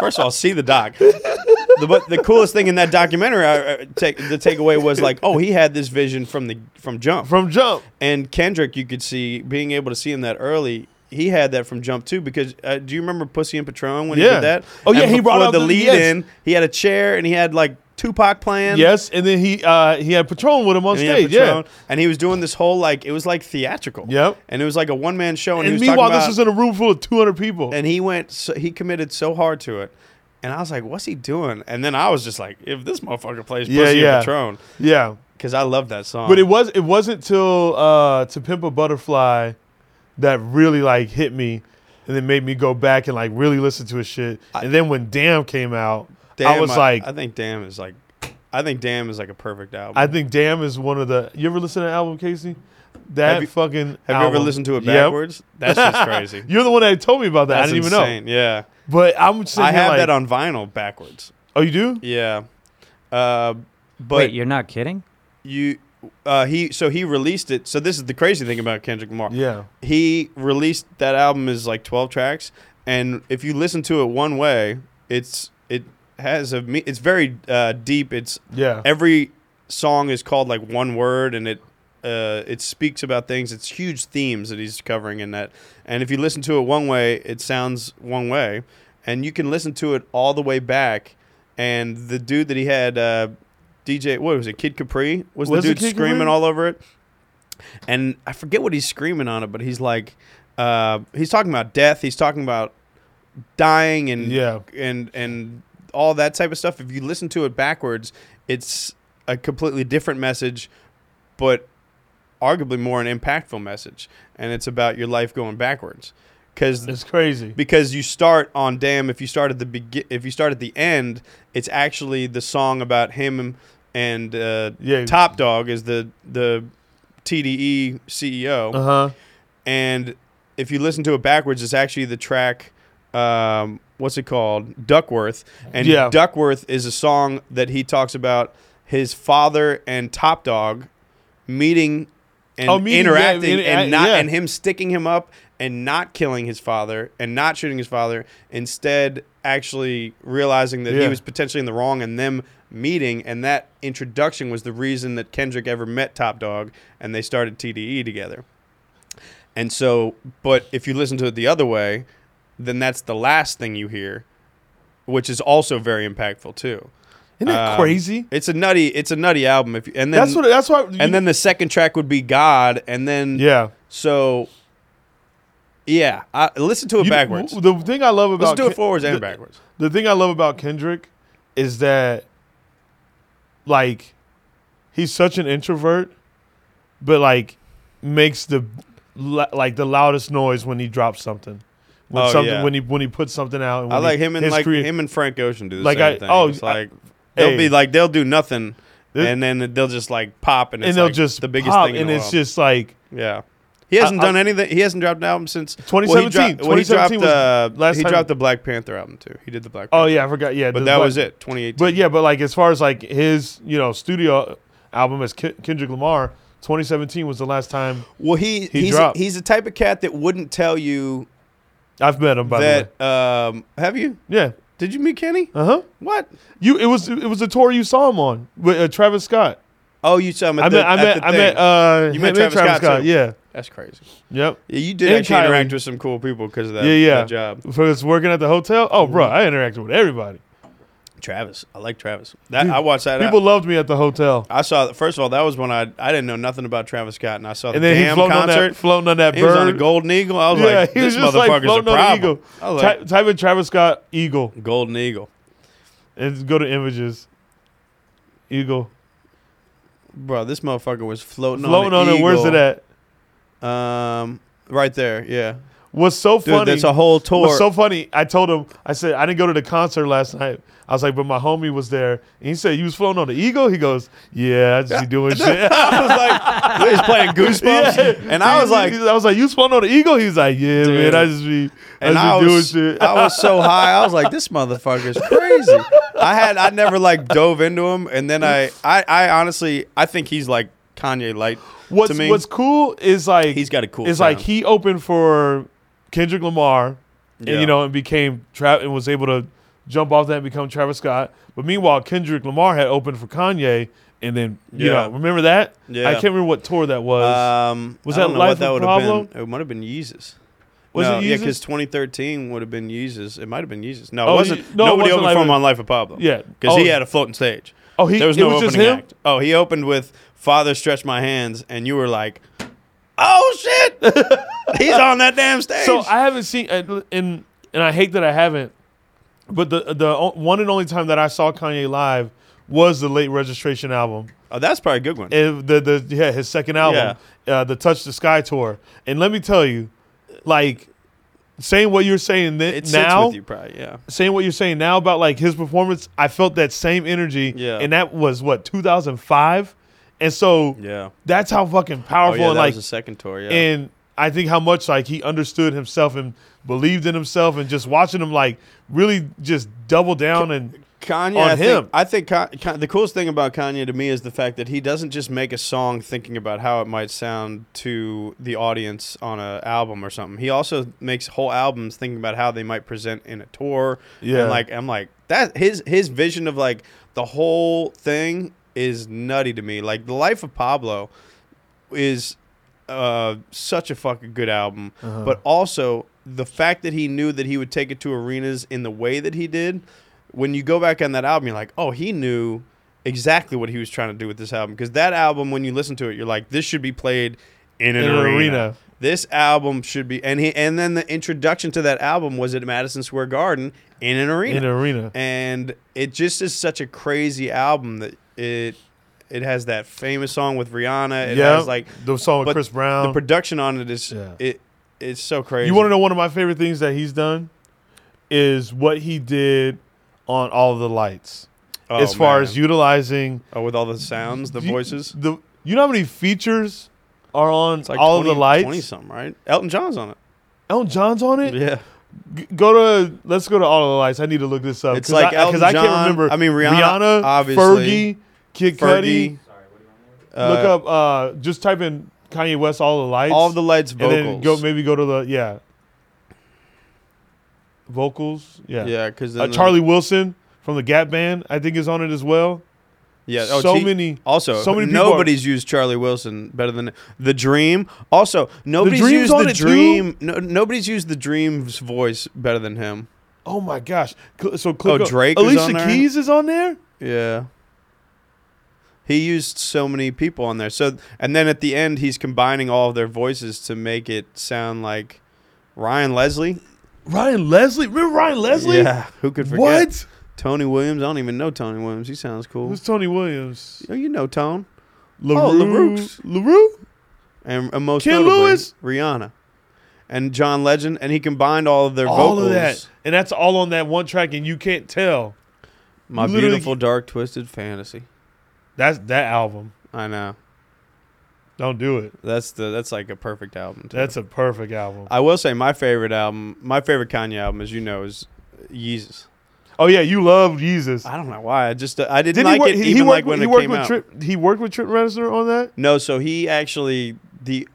B: first of all, see the doc. The, but the coolest thing in that documentary, I, I take, the takeaway was like, oh, he had this vision from the from jump.
A: from jump.
B: and Kendrick, you could see being able to see him that early. He had that from jump too because uh, do you remember Pussy and Patron when he
A: Yeah.
B: did that?
A: Oh, yeah,
B: And
A: he brought
B: before
A: out
B: the
A: the-
B: lead
A: yes.
B: in. He had a chair and he had like Tupac playing.
A: Yes, and then he uh he had Patron with him on
B: And he, had
A: stage. Yeah.
B: Patron, and he was doing this whole like it was like theatrical.
A: Yep.
B: And it was like a one man show. And, he
A: And
B: was
A: meanwhile,
B: talking
A: this
B: about,
A: was in a room full of 200 people.
B: and he went so, he committed so hard to it. And I was like, what's he doing? And then I was just like, if this motherfucker plays
A: Yeah,
B: Pussy
A: yeah.
B: and Patron,
A: yeah.
B: because I love that song.
A: But it was it wasn't till uh, to pimp a butterfly that really like hit me, and then made me go back and like really listen to his shit. and then when Damn came out, I
B: Damn,
A: was like,
B: I
A: I,
B: think Damn is like, I think Damn is like a perfect album.
A: think Damn is one of the. You ever listen to an album, Casey? That
B: Have you-
A: fucking.
B: Have you ever
A: album.
B: listened to it
A: Yep.
B: backwards?
A: *laughs*
B: That's just crazy.
A: You're the one that told me about that.
B: That's
A: I didn't even know.
B: insane. Yeah,
A: But I'm sitting
B: I
A: here
B: have
A: like,
B: that on vinyl backwards.
A: Oh, you do?
B: Yeah, uh, but
C: Wait, you're not kidding?
B: you uh, he so he released it. So this is the crazy thing about Kendrick Lamar.
A: Yeah.
B: He released that album is like twelve tracks, and if you listen to it one way, it's it has a me- it's very uh, deep. It's
A: Yeah.
B: every song is called like one word and it uh, it speaks about things it's huge themes that he's covering in that and if you listen to it one way it sounds one way and you can listen to it all the way back and the dude that he had uh, dj what was it kid capri was,
A: Was
B: the
A: it
B: dude
A: Kid
B: screaming
A: Capri?
B: all over it and i forget what he's screaming on it but he's like uh, he's talking about death he's talking about dying and
A: Yeah.
B: and and all that type of stuff. If you listen to it backwards, it's a completely different message, but arguably more an impactful message. And it's about your life going backwards, because
A: It's crazy.
B: because you start on damn. If you start at the begin, if you start at the end, it's actually the song about him and uh,
A: Yeah.
B: E Top Dog is the the TDE CEO
A: Uh huh.
B: and if you listen to it backwards, it's actually the track. Um, what's it called? Duckworth. And
A: Yeah.
B: Duckworth is a song that he talks about his father and Top Dog meeting and
A: Oh, meeting, yeah,
B: interacting
A: inter-
B: and not
A: yeah.
B: and him sticking him up and not killing his father and not shooting his father. Instead, actually realizing that he
A: Yeah.
B: was potentially in the wrong and them meeting and that introduction was the reason that Kendrick ever met Top Dog and they started TDE together. And so, but if you listen to it the other way, then that's the last thing you hear, which is also very impactful too.
A: Isn't that
B: Um,
A: crazy?
B: It's a nutty, it's a nutty album. If you, and then
A: that's what. That's why. you-
B: and then the second track would be God, and then
A: yeah,
B: So, yeah, I, listen to it
A: You-
B: backwards.
A: w- The thing I love about
B: listen to it
A: Ken-
B: forwards and
A: the-
B: backwards.
A: the thing I love about Kendrick is that like he's such an introvert, but like makes the la- like the loudest noise when he drops something. When
B: Oh,
A: something
B: yeah.
A: when he when he puts something out. And
B: I
A: when
B: like
A: he-
B: him and
A: his
B: like
A: crea-
B: him and Frank Ocean do the
A: Like,
B: same
A: I-
B: thing.
A: oh,
B: it's
A: I-
B: like they'll
A: hey.
B: be like they'll do nothing,
A: This-
B: and then they'll just like pop, and it's
A: and they'll
B: like,
A: just
B: the biggest
A: pop,
B: thing.
A: and
B: in the
A: it's
B: world.
A: just like
B: yeah. He hasn't
A: I-
B: done anything. He hasn't dropped an album since
A: 2017.
B: Well, he, dro- well, he
A: 2017 was
B: dropped. Uh,
A: last
B: he
A: time-
B: dropped the Black Panther album too. He did the Black. Panther.
A: oh yeah, I forgot yeah,
B: but
A: the
B: that
A: Black-
B: was it. 2018.
A: But yeah, but like as far as like his you know studio album as Ke- Kendrick Lamar, 2017 was the last time
B: well, he,
A: He
B: he's
A: dropped.
B: he's the type of cat that wouldn't tell you
A: I've met him. By
B: that. Um, have you?
A: the way,
B: Did you meet Kenny?
A: yeah, uh huh.
B: What?
A: You it was it was a tour you saw him on with uh, Travis Scott.
B: Oh, you saw him at
A: I
B: the,
A: met I
B: at
A: met
B: the
A: I
B: thing.
A: met uh
B: You
A: him
B: met
A: and
B: Travis Scott, too.
A: Yeah,
B: That's crazy.
A: yep.
B: Yeah, you did
A: And
B: actually
A: Kylie.
B: interact with some cool people because of that,
A: Yeah, yeah.
B: that job.
A: For us working at the hotel. Oh, bro, I interacted with everybody.
B: Travis, I like Travis. That
A: Dude,
B: I watched that.
A: People loved me at the hotel,
B: I, I saw. First of all, that was when I I didn't know nothing about Travis Scott, and I saw the
A: and then he
B: damn
A: floating on that
B: concert.
A: floating on that
B: he
A: bird.
B: was on a golden eagle. I was
A: yeah,
B: like,
A: he was
B: this
A: just like
B: motherfucker's a
A: floating on an
B: problem.
A: eagle.
B: I was like,
A: Ty- type in Travis Scott eagle
B: golden eagle,
A: and go to images. Eagle
B: bro. This motherfucker was floating,
A: floating
B: on,
A: on
B: an
A: it. Where's it
B: eagle.
A: at?
B: Um, right there. Yeah,
A: What's so
B: dude,
A: funny?
B: that's a whole tour. *laughs*
A: What's so funny, I told him, I said, I didn't go to the concert last night. I was like, but my homie was there. And he said, You was flown on the Eagle? He goes, Yeah, I just be
B: *laughs*
A: doing shit.
B: I was like, he was playing
A: *laughs*
B: Goosebumps,
A: Yeah.
B: and I was like,
A: I was like, You was flown on the Eagle? He's like, Yeah,
B: Dude.
A: man, I just be, I
B: and
A: just
B: I
A: be
B: was,
A: doing shit.
B: I was so high. I was like, this motherfucker's crazy. I had, I never like dove into him, and then I, I, I honestly, I think he's like Kanye light
A: *laughs* what's
B: to me.
A: what's cool is like
B: He's got a cool
A: It's
B: sound.
A: like he opened for Kendrick Lamar,
B: Yeah.
A: and, you know, and became Trav and was able to jump off that and become Travis Scott. But meanwhile, Kendrick Lamar had opened for Kanye, and then you
B: Yeah.
A: know, remember that?
B: Yeah.
A: I can't remember what tour that was.
B: um,
A: was
B: I
A: that
B: don't know
A: Life
B: what that
A: of
B: would have
A: Pablo?
B: been? It might have been Yeezus.
A: Was
B: no,
A: it
B: Yeah,
A: Yeezus?
B: because 2013 would have been Yeezus. It might have been Yeezus. No, it
A: Oh,
B: wasn't.
A: Ye- no, it wasn't
B: nobody opened
A: Life
B: for
A: of-
B: him on Life of Pablo.
A: yeah,
B: because
A: oh,
B: he had a floating stage.
A: Oh, he
B: there was
A: it
B: no
A: was
B: opening
A: just him.
B: act. Oh, he opened with "Father Stretch My Hands," and you were like, "Oh
A: *laughs*
B: shit, he's on that damn stage."
A: So I haven't seen, and and and I hate that I haven't. But the the o- one and only time that I saw Kanye live was the late registration album.
B: oh, that's probably a good one.
A: and the the yeah his second album, uh, the Touch the Sky tour. And let me tell you, like saying what you're saying th-
B: it sits
A: now,
B: with you, probably. Yeah,
A: saying what you're saying now about like his performance, I felt that same energy.
B: Yeah.
A: and that was what 2005, and so
B: yeah.
A: that's how fucking
B: Oh
A: powerful
B: yeah, that
A: and like
B: was the second tour. Yeah,
A: and. I think how much like he understood himself and believed in himself, and just watching him like really just double down and
B: Kanye,
A: on
B: I
A: him.
B: Think, I think Ka- Ka- the coolest thing about Kanye to me is the fact that he doesn't just make a song thinking about how it might sound to the audience on an album or something. He also makes whole albums thinking about how they might present in a tour.
A: Yeah.
B: and like I'm like that. His his vision of like the whole thing is nutty to me. Like the life of Pablo is uh, such a fucking good album,
A: Uh-huh.
B: but also the fact that he knew that he would take it to arenas in the way that he did. When you go back on that album, you're like, oh, he knew exactly what he was trying to do with this album. Because that album, when you listen to it, you're like, this should be played in an,
A: In an
B: arena.
A: arena.
B: This album should be, and he, and then the introduction to that album was at Madison Square Garden in an arena
A: in the arena.
B: and it just is such a crazy album that it it has that famous song with Rihanna. It
A: Yeah,
B: has like
A: the song with
B: but
A: Chris Brown.
B: the production on it is
A: Yeah.
B: it it's so crazy.
A: Oh. You want to know one of my favorite things that he's done is what he did on all the lights,
B: oh,
A: as far
B: man.
A: as utilizing
B: oh, with all the sounds, the
A: you-
B: voices.
A: The you know how many features are on
B: It's like
A: all
B: 20,
A: of the lights?
B: twenty something, right? Elton John's on it.
A: Elton John's on it.
B: Yeah,
A: G- go to let's go to All of the Lights. I need to look this up.
B: It's like
A: I, uh,
B: Elton
A: I can't
B: John-
A: remember.
B: I mean, Rihanna, obviously.
A: Fergie, Kid Cudi.
B: Fergie. Uh,
A: look up. Uh, just type in Kanye West All of the Lights.
B: all the lights
A: and
B: vocals.
A: then go maybe go to the yeah vocals. Yeah,
B: yeah, because
A: Uh, Charlie Wilson from the Gap Band I think is on it as well.
B: Yeah, oh,
A: so
B: T-
A: many.
B: Also,
A: so many people are-
B: nobody's used Charlie Wilson better than the Dream. Also, nobody's
A: Dream's
B: used
A: on
B: the
A: it, too?
B: Dream. No, nobody's used the Dream's voice better than him.
A: Oh my gosh! Cl- So click
B: Oh,
A: up-
B: Drake is
A: Alicia
B: on there?
A: Keys is on there.
B: Yeah. He used so many people on there. So and then at the end he's combining all of their voices to make it sound like Ryan Leslie.
A: Ryan Leslie. Remember Ryan Leslie?
B: Yeah, who could forget?
A: What?
B: Tony Williams. I don't even know Tony Williams. He sounds cool.
A: Who's Tony Williams?
B: Oh, you know Tone. Oh,
A: LaRue.
B: LaRoux.
A: LaRue?
B: And, and most
A: Ken
B: notably,
A: Lewis?
B: Rihanna, and John Legend, and he combined all of their
A: All
B: vocals.
A: of that. And that's all on that one track, and you can't tell.
B: My
A: Literally-
B: beautiful dark twisted fantasy.
A: That's that album.
B: I know.
A: Don't do it.
B: That's the that's like a perfect album. Too.
A: That's a perfect album.
B: I will say my favorite album, my favorite Kanye album, as you know, is Yeezus.
A: Oh yeah, you love Jesus.
B: I don't know why. I just I didn't
A: Didn't
B: like
A: he, work,
B: it
A: he- he
B: even
A: worked
B: like
A: with-
B: when
A: he
B: it
A: worked
B: came
A: with
B: out.
A: Trip, he worked with Trip Reznor on that.
B: No, so he actually the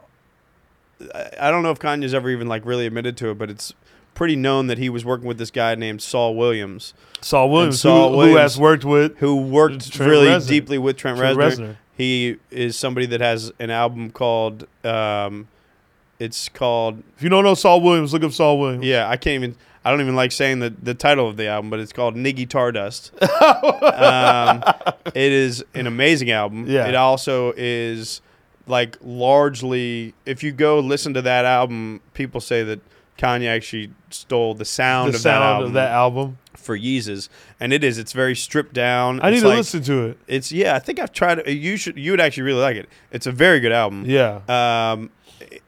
B: I- I don't know if Kanye's ever even like really admitted to it, but it's pretty known that he was working with this guy named Saul Williams,
A: Saul Williams,
B: Saul
A: who, who
B: Williams.
A: has worked with
B: who worked
A: Trent
B: really
A: Reznor.
B: deeply with Trent,
A: Trent
B: Reznor.
A: Reznor.
B: He is somebody that has an album called um, it's called
A: If you don't know Saul Williams, look up Saul Williams.
B: Yeah, I can't even. I don't even like saying the, the title of the album, but it's called Niggy
A: *laughs*
B: Tardust. um, it is an amazing album.
A: Yeah.
B: It also is like largely, if you go listen to that album, people say that Kanye actually stole the sound,
A: the
B: of,
A: sound
B: that album
A: of that album.
B: for Yeezus, and it is. It's very stripped down.
A: I need
B: It's
A: to
B: like-
A: listen to it.
B: It's yeah. I think I've tried. it. You should. You would actually really like it. It's a very good album.
A: Yeah.
B: Um,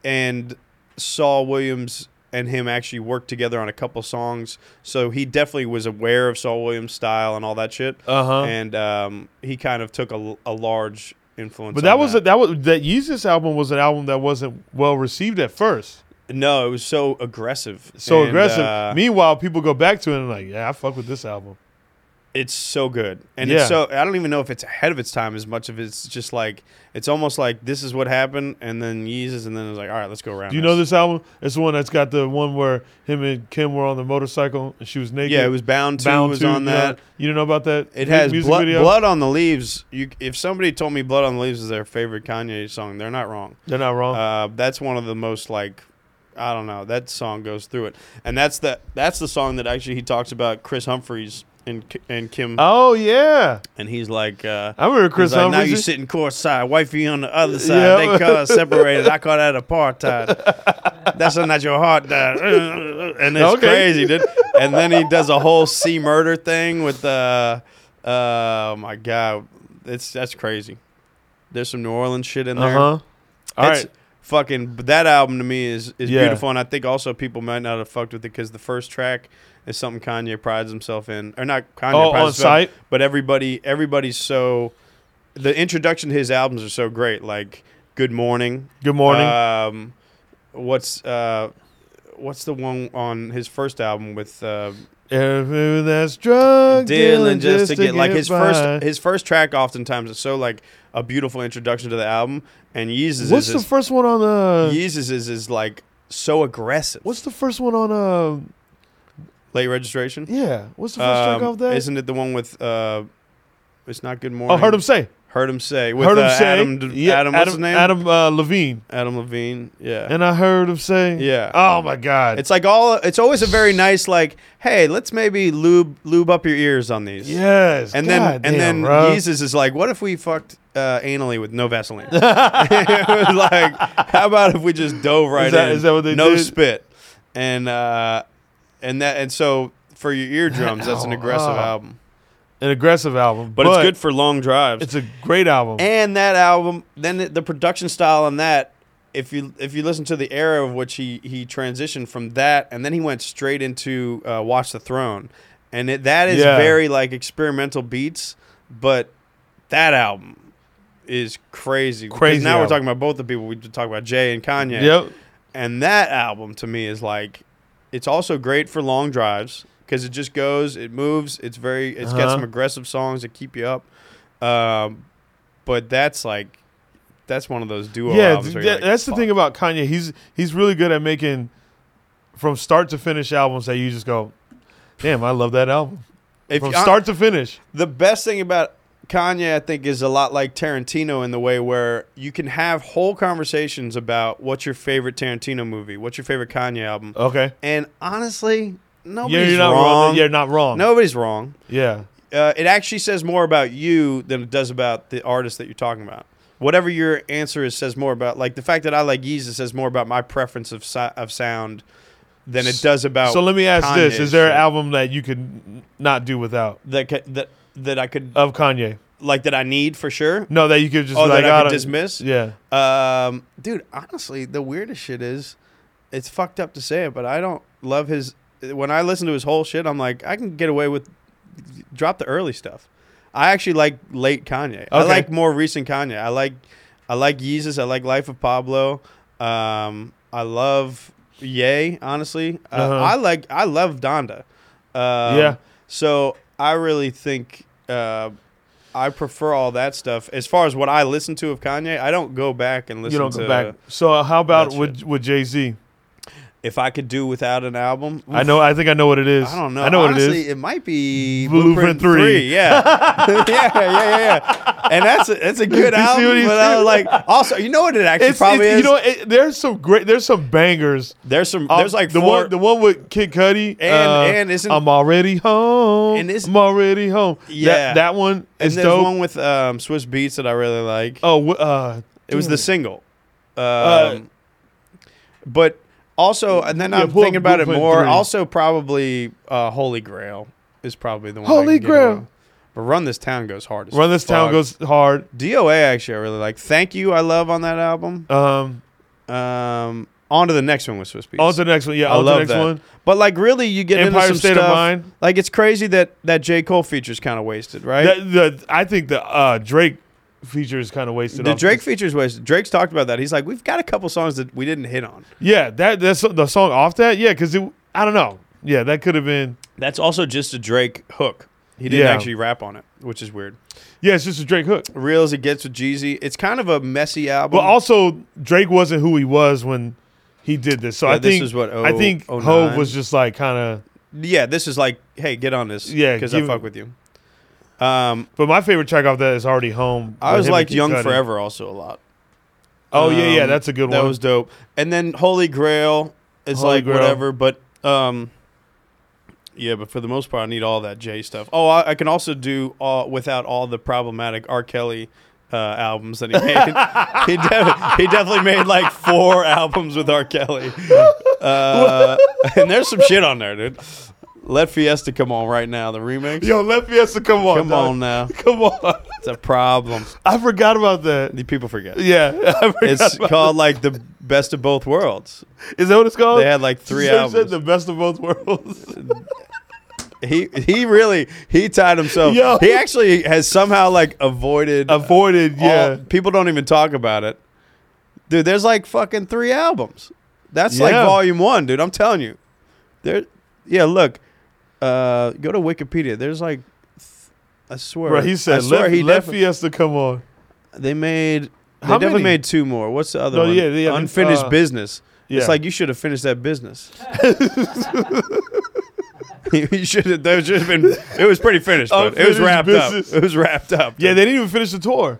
B: and Saul Williams and him actually worked together on a couple songs, so he definitely was aware of Saul Williams' style and all that shit.
A: Uh huh.
B: And um, he kind of took a, a large influence.
A: But that
B: on
A: was a, that was that Yeezus album was an album that wasn't well received at first.
B: no, it was so aggressive,
A: So
B: And,
A: aggressive.
B: uh,
A: Meanwhile, people go back to it and like, yeah, I fuck with this album.
B: it's so good, and
A: Yeah.
B: it's so I don't even know if it's ahead of its time as much of it's just like it's almost like this is what happened, and then Yeezus, and then it's like all right, let's go around.
A: Do you know this album? It's the one that's got the one where him and Kim were on the motorcycle and she was naked.
B: Yeah, it was Bound to was
A: to,
B: on
A: you
B: that.
A: know? you didn't know about that?
B: It
A: mu-
B: has
A: music
B: blood,
A: video?
B: blood on the leaves. You, if somebody told me "Blood on the Leaves" is their favorite Kanye song, they're not wrong.
A: They're not wrong.
B: Uh, that's one of the most like, I don't know. That song goes through it, and that's the that's the song that actually he talks about Chris Humphries and K- and Kim,
A: oh yeah,
B: and he's like, uh,
A: I remember Chris
B: he's like, now
A: Humphries.
B: you sitting courtside, wifey on the other side.
A: Yeah.
B: They call us separated. I call that apartheid.
A: *laughs*
B: That's not your heart. That and it's
A: Okay.
B: crazy, dude. And then he does a whole C murder thing with the. Uh, oh my god, it's that's crazy. There's some New Orleans shit in there.
A: Uh huh. All
B: It's
A: right.
B: Fucking, but that album to me is is
A: Yeah.
B: beautiful, and I think also people might not have fucked with it because the first track is something Kanye prides himself in, or not Kanye
A: Oh, on
B: prides himself,
A: site.
B: but everybody everybody's so the introduction to his albums are so great, like Good Morning,
A: Good morning.
B: Um, what's uh, what's the one on his first album with uh,
A: Everyone that's drug
B: Dylan just to get like his
A: by.
B: first his first track oftentimes is so like a beautiful introduction to the album and Yeezus
A: What's
B: is
A: the first one on uh?
B: Yeezus is, is like so aggressive.
A: What's the first one on uh?
B: late registration?
A: Yeah. What's the first track
B: Um,
A: off that?
B: Isn't it the one with uh it's not good morning.
A: Oh, heard him say.
B: Heard him say with
A: heard him
B: uh,
A: say.
B: Adam D-
A: yeah,
B: Adam what's
A: Adam,
B: his name?
A: Adam, uh, Levine.
B: Adam Levine. Yeah.
A: And I heard him say.
B: yeah.
A: Oh my God.
B: It's like all it's always a very nice like, hey, let's maybe lube lube up your ears on these.
A: yes.
B: And then
A: God
B: and then
A: damn, bro.
B: Jesus is like, what if we fucked uh, anally with
A: *laughs*
B: no Vaseline? *laughs* it was like, how about if we just dove right
A: that-
B: in?
A: is that what they
B: no
A: did?
B: spit, and uh, and that and so for your eardrums, that's an aggressive
A: Ow.
B: album,
A: an aggressive album,
B: but, it's good for long drives.
A: It's a great album.
B: and that album, then the, the production style on that. If you if you listen to the era of which he he transitioned from that, and then he went straight into uh, Watch the Throne, and it, that is
A: Yeah.
B: very like experimental beats, but that album is crazy. 'Cause
A: Crazy
B: Now we're
A: album.
B: talking about both the people. We talked about Jay and Kanye.
A: Yep.
B: And that album to me is like, it's also great for long drives because it just goes, it moves, it's very, it's got
A: Uh-huh.
B: some aggressive songs that keep you up. Um, but that's like, that's one of those duo
A: yeah,
B: albums.
A: th-
B: where you're
A: that-
B: like,
A: that's the
B: "Fuck."
A: thing about Kanye. He's he's really good at making from start to finish albums that you just go, damn, I love that album
B: If
A: from
B: you- I-
A: start to finish.
B: the best thing about Kanye, I think, is a lot like Tarantino in the way where you can have whole conversations about what's your favorite Tarantino movie, what's your favorite Kanye album,
A: Okay,
B: and honestly, nobody's
A: yeah, you're not wrong.
B: wrong.
A: You're not wrong.
B: Nobody's wrong.
A: yeah,
B: Uh, it actually says more about you than it does about the artist that you're talking about. Whatever your answer is says more about like the fact that I like Yeezus says more about my preference of si- of sound than it does about
A: So let me ask this:
B: Oh, Kanye
A: Is there an
B: shit.
A: album that you could n- not do without
B: that ca- that that I could
A: of Kanye?
B: like that I need for sure.
A: No, that you could just
B: Oh,
A: be like
B: that I
A: "Ah,
B: could
A: don't-"
B: dismiss?
A: Yeah,
B: Um, dude, honestly, the weirdest shit is, it's fucked up to say it, but I don't love his. When I listen to his whole shit, I'm like, I can get away with drop the early stuff. I actually like late Kanye. I
A: Okay.
B: like more recent Kanye. I like, I like Yeezus. I like Life of Pablo. Um, I love Yay. Honestly, uh,
A: Uh-huh.
B: I like I love Donda. Um,
A: Yeah.
B: So I really think. Uh, I prefer all that stuff. As far as what I listen to of Kanye, I don't go back and listen
A: you don't
B: to
A: go back. So uh, how about
B: that
A: with with Jay Z?
B: if I could do without an album.
A: I know. I think I know what it is.
B: I don't know.
A: I know
B: Honestly,
A: what it is.
B: might be
A: Blueprint
B: Blueprint,
A: Three.
B: 3. Yeah. *laughs* yeah, yeah, yeah, yeah. And that's a, that's a good
A: You see what
B: album,
A: he's
B: but I was
A: doing?
B: like also, you know what it actually
A: It's,
B: probably
A: it's-
B: is?
A: you know it, there's some great there's some bangers.
B: there's some
A: Um,
B: there's like
A: the
B: four
A: one the one with Kid Cudi
B: And-
A: uh,
B: and isn't-
A: I'm already home.
B: And isn't-
A: I'm already home. That-
B: Yeah.
A: that, one
B: and
A: is
B: there's
A: dope.
B: one with um, Swiss Beats that I really like.
A: oh, wh- uh,
B: It was
A: damn
B: the single. Um, but also, and then
A: Uh, Yeah,
B: I'm
A: pull up
B: thinking about it
A: Blueprint
B: more.
A: three.
B: Also, probably uh, Holy Grail is probably the one. I
A: Holy
B: can get
A: Grail.
B: around. But Run This Town goes hard. As
A: Run this town
B: fuck.
A: goes hard.
B: DOA actually, I really like. Thank You, I love on that album.
A: Um,
B: Um, on to the next one with Swiss Beats.
A: on to the next one. Yeah,
B: I
A: on to the
B: love
A: next
B: that.
A: one.
B: but like, really, you get into
A: Empire
B: some
A: State
B: stuff.
A: of Mind.
B: Like, it's crazy that that J Cole feature's kind of wasted, right?
A: The, the, I think the uh, Drake feature is kind of wasted.
B: the
A: off
B: Drake
A: this-
B: feature's wasted. Drake's talked about that. He's like, we've got a couple songs that we didn't hit on.
A: yeah, that that's the song off that, yeah, because it, I don't know, yeah, that could have been,
B: That's also just a Drake hook. He didn't
A: Yeah.
B: actually rap on it, which is weird.
A: yeah, it's just a Drake hook.
B: Real as it gets with Jeezy, it's kind of a messy album.
A: But also, Drake wasn't who he was when he did this, so
B: Yeah,
A: I
B: this
A: think
B: is oh, what,
A: I think
B: 09?
A: Hove was just like kind of.
B: yeah, this is like, hey, get on this,
A: Yeah,
B: because I
A: give-
B: fuck with you. Um,
A: But my favorite track off that is already home.
B: I
A: with
B: was
A: him and
B: like
A: Kid
B: Young
A: Cudi.
B: Forever also a lot.
A: Oh yeah, yeah,
B: Um,
A: that's a good
B: That
A: one.
B: was dope. And then Holy Grail is
A: Holy
B: like
A: Grail.
B: whatever, but um, yeah, but for the most part, I need all that J stuff. Oh, I, I can also do all without all the problematic R. Kelly. Uh, albums that
A: *laughs*
B: he made. he, def- he definitely made like four *laughs* albums with R. Kelly.
A: *laughs*
B: Uh, and there's some shit on there, dude. Let Fiesta come on right now, the
A: *laughs*
B: remix.
A: Yo, let Fiesta come on,
B: come
A: dog.
B: on now.
A: *laughs* come on.
B: It's a problem.
A: I forgot about that.
B: The People
A: *laughs*
B: forget.
A: Yeah, I forgot
B: It's
A: about-
B: called like the best of both worlds.
A: is that what it's called?
B: They had like three
A: So you said
B: albums.
A: the best of both worlds.
B: *laughs* he he really he tied himself.
A: Yo.
B: He actually has somehow like avoided.
A: Avoided,
B: all-
A: yeah.
B: people don't even talk about it, dude. There's like fucking three albums. That's like
A: Yeah.
B: volume one, dude. I'm telling you. There, yeah. Look, uh, go to Wikipedia. There's like, I swear.
A: Bro, he
B: I
A: said
B: swear
A: let,
B: he
A: let
B: defi-
A: Fiesta come on.
B: they made. They
A: How
B: definitely
A: many?
B: made two more. What's the other
A: No,
B: one?
A: yeah, they have,
B: Unfinished
A: uh,
B: business.
A: Yeah.
B: It's like you should have finished that business. *laughs* you should have. That should have been. It was pretty finished, but it was
A: Unfinished
B: wrapped
A: Oh, business.
B: up. It was wrapped up.
A: yeah, they didn't even finish the tour.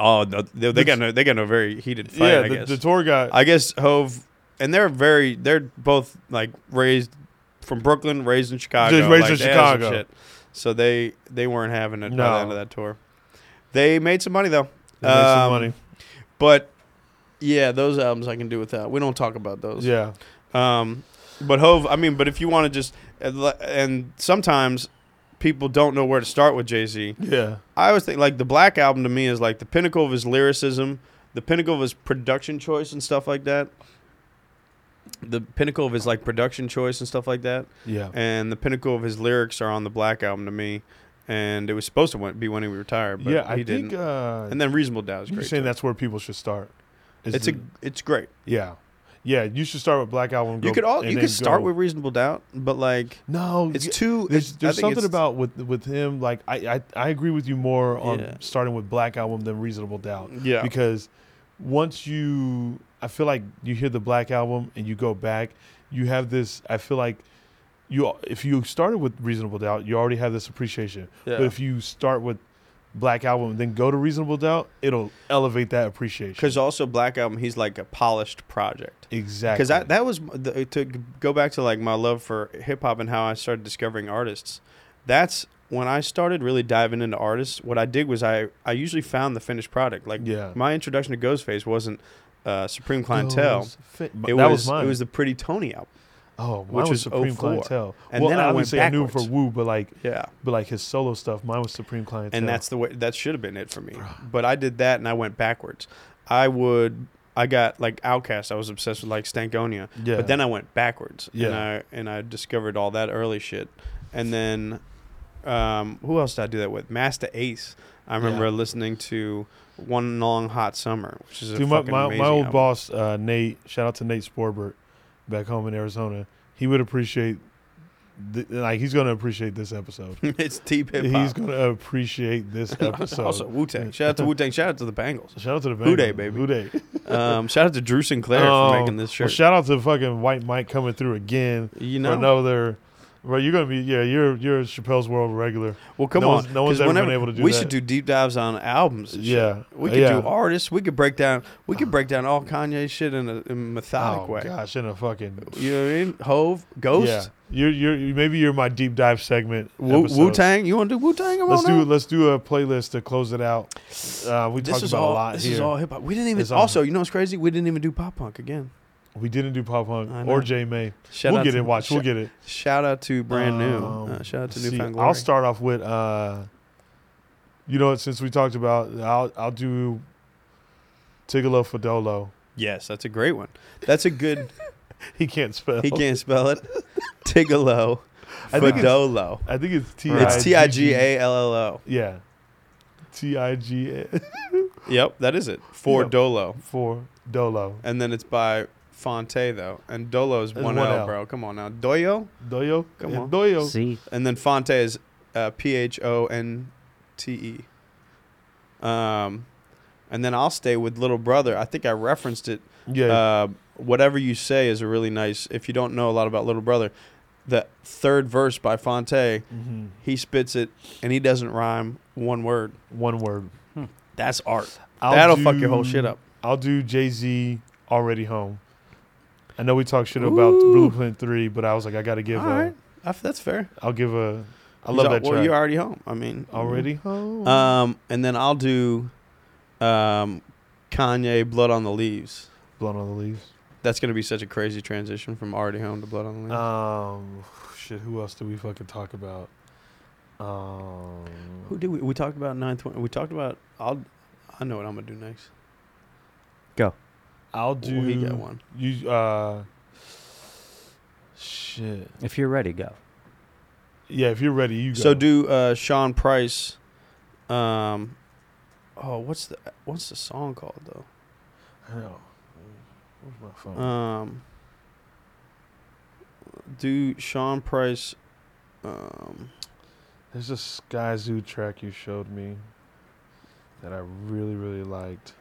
B: oh, no, they, they got no. They got no very heated fight.
A: yeah,
B: I
A: the,
B: guess.
A: the tour guy.
B: I guess Hove, and they're very. They're both like raised from Brooklyn, raised in Chicago.
A: Just raised
B: like,
A: in
B: they had some
A: Chicago.
B: So they they weren't having it by
A: No.
B: the end of that tour. They made some money though.
A: They made some
B: Um,
A: money.
B: But yeah, those albums I can do without. We don't talk about those.
A: Yeah,
B: Um, but Hove, I mean, but if you want to just and sometimes people don't know where to start with Jay Z.
A: yeah,
B: I always think like the Black album to me is like the pinnacle of his lyricism, the pinnacle of his production choice and stuff like that. The pinnacle of his like production choice and stuff like that,
A: yeah.
B: and the pinnacle of his lyrics are on the Black album to me. And it was supposed to win- be when he retired, but
A: yeah, I
B: he didn't.
A: think uh,
B: and then Reasonable Doubt is
A: you're
B: great.
A: saying
B: too.
A: that's where people should start. Is
B: It's
A: the-
B: a it's great.
A: yeah, Yeah, you should start with Black Album.
B: You
A: go-
B: could all
A: and
B: you
A: then
B: could start
A: go-
B: with reasonable doubt, but like
A: No,
B: it's
A: y-
B: too.
A: There's,
B: it's, I
A: there's
B: think
A: something
B: it's-
A: about with with him. Like I, I, I agree with you more on
B: Yeah.
A: starting with Black Album than Reasonable Doubt.
B: Yeah.
A: Because once you, I feel like you hear the Black Album and you go back, you have this. I feel like you, if you started with Reasonable Doubt, you already have this appreciation.
B: Yeah.
A: But if you start with Black Album and then go to Reasonable Doubt, it'll elevate that appreciation.
B: Because also Black Album, he's like a polished project.
A: Exactly.
B: Because that that was the, to go back to like my love for hip hop and how I started discovering artists. That's when I started really diving into artists. What I did was I I usually found the finished product. Like
A: Yeah.
B: my introduction to Ghostface wasn't uh, Supreme Clientele.
A: Those fit-
B: It
A: that
B: was,
A: was mine.
B: it was the Pretty Tony album.
A: oh, mine
B: which
A: was
B: was
A: Supreme
B: 04.
A: Clientele.
B: And
A: well,
B: then I went
A: obviously I knew him for
B: backwards.
A: Woo, but like
B: Yeah.
A: But like his solo stuff, mine was Supreme Clientele.
B: and that's the way that should have been it for me. But I did that and I went backwards. I would I got like Outcast. I was obsessed with like Stankonia.
A: Yeah.
B: But then I went backwards. And
A: Yeah.
B: I and I discovered all that early shit. And then um, who else did I do that with? Master Ace. I remember
A: Yeah.
B: listening to One Long Hot Summer, which is a
A: Dude, my,
B: fucking
A: my,
B: amazing
A: my old
B: album.
A: boss, uh, Nate, shout out to Nate Sporbert back home in Arizona. He would appreciate, th- like, he's going to appreciate this episode.
B: *laughs* it's deep hip
A: He's
B: hop.
A: going to appreciate
B: *laughs*
A: this episode.
B: Also Wu Tang. Shout out to Wu Tang. Shout out to
A: *laughs*
B: the Bengals.
A: shout out to the
B: Who day,
A: Bengals.
B: baby.
A: Who
B: *laughs*
A: day.
B: Um, shout out to Drew Sinclair for
A: Oh,
B: making this shirt.
A: Well, shout out to fucking White Mike coming through again.
B: you
A: For
B: know,
A: another, bro, you're going to be, yeah, you're you're a Chappelle's World regular.
B: Well, come
A: No
B: on.
A: one's- no one's
B: 'cause
A: ever been
B: whenever-
A: able to do
B: We
A: that.
B: should do deep dives on albums. and shit.
A: Yeah.
B: we could
A: Yeah.
B: do artists. We could break down.
A: *sighs*
B: We could break down all Kanye shit in a, in a methodic
A: Oh,
B: way.
A: gosh, in a fucking.
B: You know what I mean? Hove, Ghost,
A: Yeah. You're, you're, maybe you're my deep dive segment. episode.
B: Wu Tang. You want to do Wu Tang?
A: Let's do let's do a playlist to close it out. Uh, we
B: This
A: talked
B: is
A: about
B: all.
A: a lot
B: this
A: here.
B: is all hip hop. We didn't even.
A: It's um, all-
B: also, you know what's crazy? We didn't even do pop punk again.
A: We didn't do pop punk
B: I
A: or
B: know.
A: J May.
B: Shout
A: We'll
B: out
A: get
B: to,
A: it. Watch. We'll
B: sh-
A: get it.
B: Shout out to brand new.
A: Um,
B: Uh, shout out to
A: let's see.
B: Newfound Glory.
A: I'll start off with uh, you know, what, since we talked about, I'll I'll do Tigolo Fodolo. *laughs*
B: Yes, that's a great one. That's a good.
A: He can't spell.
B: he can't
A: *laughs*
B: spell it. Tigolo,
A: I think it's-
B: Fadolo.
A: I think it's T.
B: It's T I G A L L O.
A: Yeah. T I G A *laughs*
B: Yep, that is it. For
A: Yep.
B: Dolo.
A: for Dolo.
B: And then it's by Fonte, though. And Dolo is
A: It's
B: 1
A: one
B: L,
A: L.
B: bro. Come on now. Doyo.
A: Doyo.
B: Come
A: Yeah,
B: on.
A: Doyo.
C: See,
B: And then Fonte is uh, P H O N T E. Um, and then I'll stay with Little Brother. I think I referenced it.
A: Yeah.
B: Uh, whatever you say is a really nice, if you don't know a lot about Little Brother, the third verse by Fonte,
A: mhm.
B: he spits it and he doesn't rhyme one word.
A: One word.
B: That's art.
A: I'll
B: That'll fuck your whole
A: do-
B: shit up.
A: I'll do Jay Z already home. I know we talked shit about
B: Ooh.
A: Blueprint Three, but I was like, I gotta give
B: All
A: a.
B: right. I f- that's fair.
A: will give a. I
B: He's
A: love
B: al-
A: that track.
B: Well, you're already home. I mean,
A: already home.
B: Um, and then I'll do, um, Kanye "Blood on the Leaves."
A: Blood on the leaves.
B: That's gonna be such a crazy transition from already home to "Blood on the Leaves."
A: Um, shit. Who else do we fucking talk about? Um,
B: Who did we? We talked about nine twenty. We talked about. I'll. I know what I'm gonna do next.
A: I'll do.
B: Well, he got one.
A: You uh. Shit.
C: if you're ready, go.
A: Yeah, if you're ready, you go.
B: So do uh, Sean Price. Um, oh, what's the what's the song called though?
A: I know. Where's my phone?
B: Um, do Sean Price. Um,
A: There's a Sky Zoo track you showed me that I really, really liked.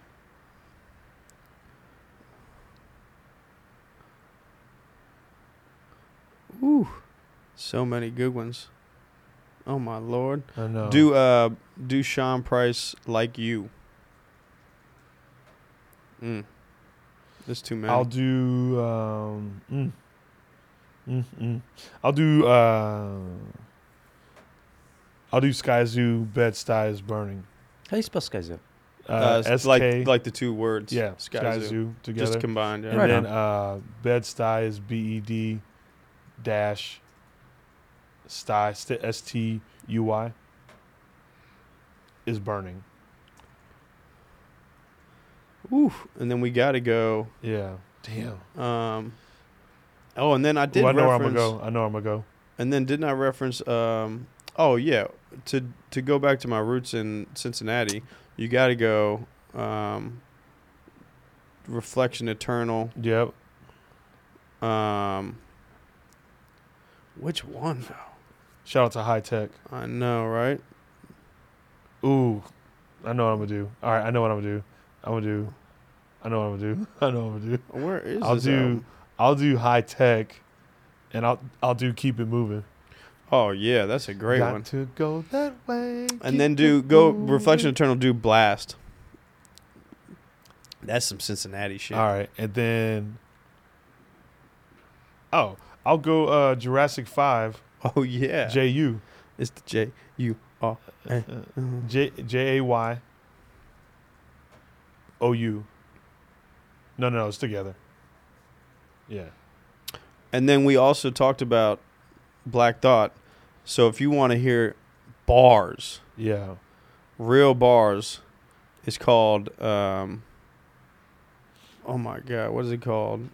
B: so many good ones. Oh my lord.
A: I know.
B: Do uh do Sean Price like you? Mm. There's too many.
A: I'll do. Um, mm, mm, mm. I'll do. Uh, I'll do Sky Zoo. Bed Stuy is burning.
C: How you spell Skyzoo?
A: Uh,
B: it's
A: SK.
B: like like the two words.
A: yeah,
B: Sky, Zoo.
A: together.
B: Just combined. Yeah.
A: and
C: Right
A: then uh, Bed Stuy is B E D dash Stuy S T U Y is burning.
B: Oof. And then we got to go.
A: Yeah. Damn.
B: Um. Oh, and then I did
A: Ooh, I know where I'm
B: reference.
A: gonna go. I know where I'm gonna go.
B: And then didn't I reference? Um. Oh yeah. To to go back to my roots in Cincinnati, you got to go. Um. Reflection Eternal.
A: Yep.
B: Um, which one though?
A: Shout out to High Tech.
B: I know, right?
A: Ooh, I know what I'm gonna do. All right, I know what I'm gonna do. I'm gonna do. I know what I'm gonna do. *laughs* I know what I'm gonna do.
B: Where is
A: I'll
B: this
A: do.
B: album?
A: I'll do High Tech, and I'll I'll do Keep It Moving.
B: Oh yeah, that's a great
A: Got
B: one.
A: to go that way.
B: And then do go Reflection Eternal. Do Blast. That's some Cincinnati shit.
A: All right, and then. Oh, I'll go uh, Jurassic Five.
B: Oh yeah,
A: J Uh, U
B: it's the J U R.
A: J J A Y O U. No, no, no, it's together. Yeah.
B: And then we also talked about Black Thought. So if you want to hear bars,
A: Yeah.
B: real bars, is called. Um, oh my god, what is it called?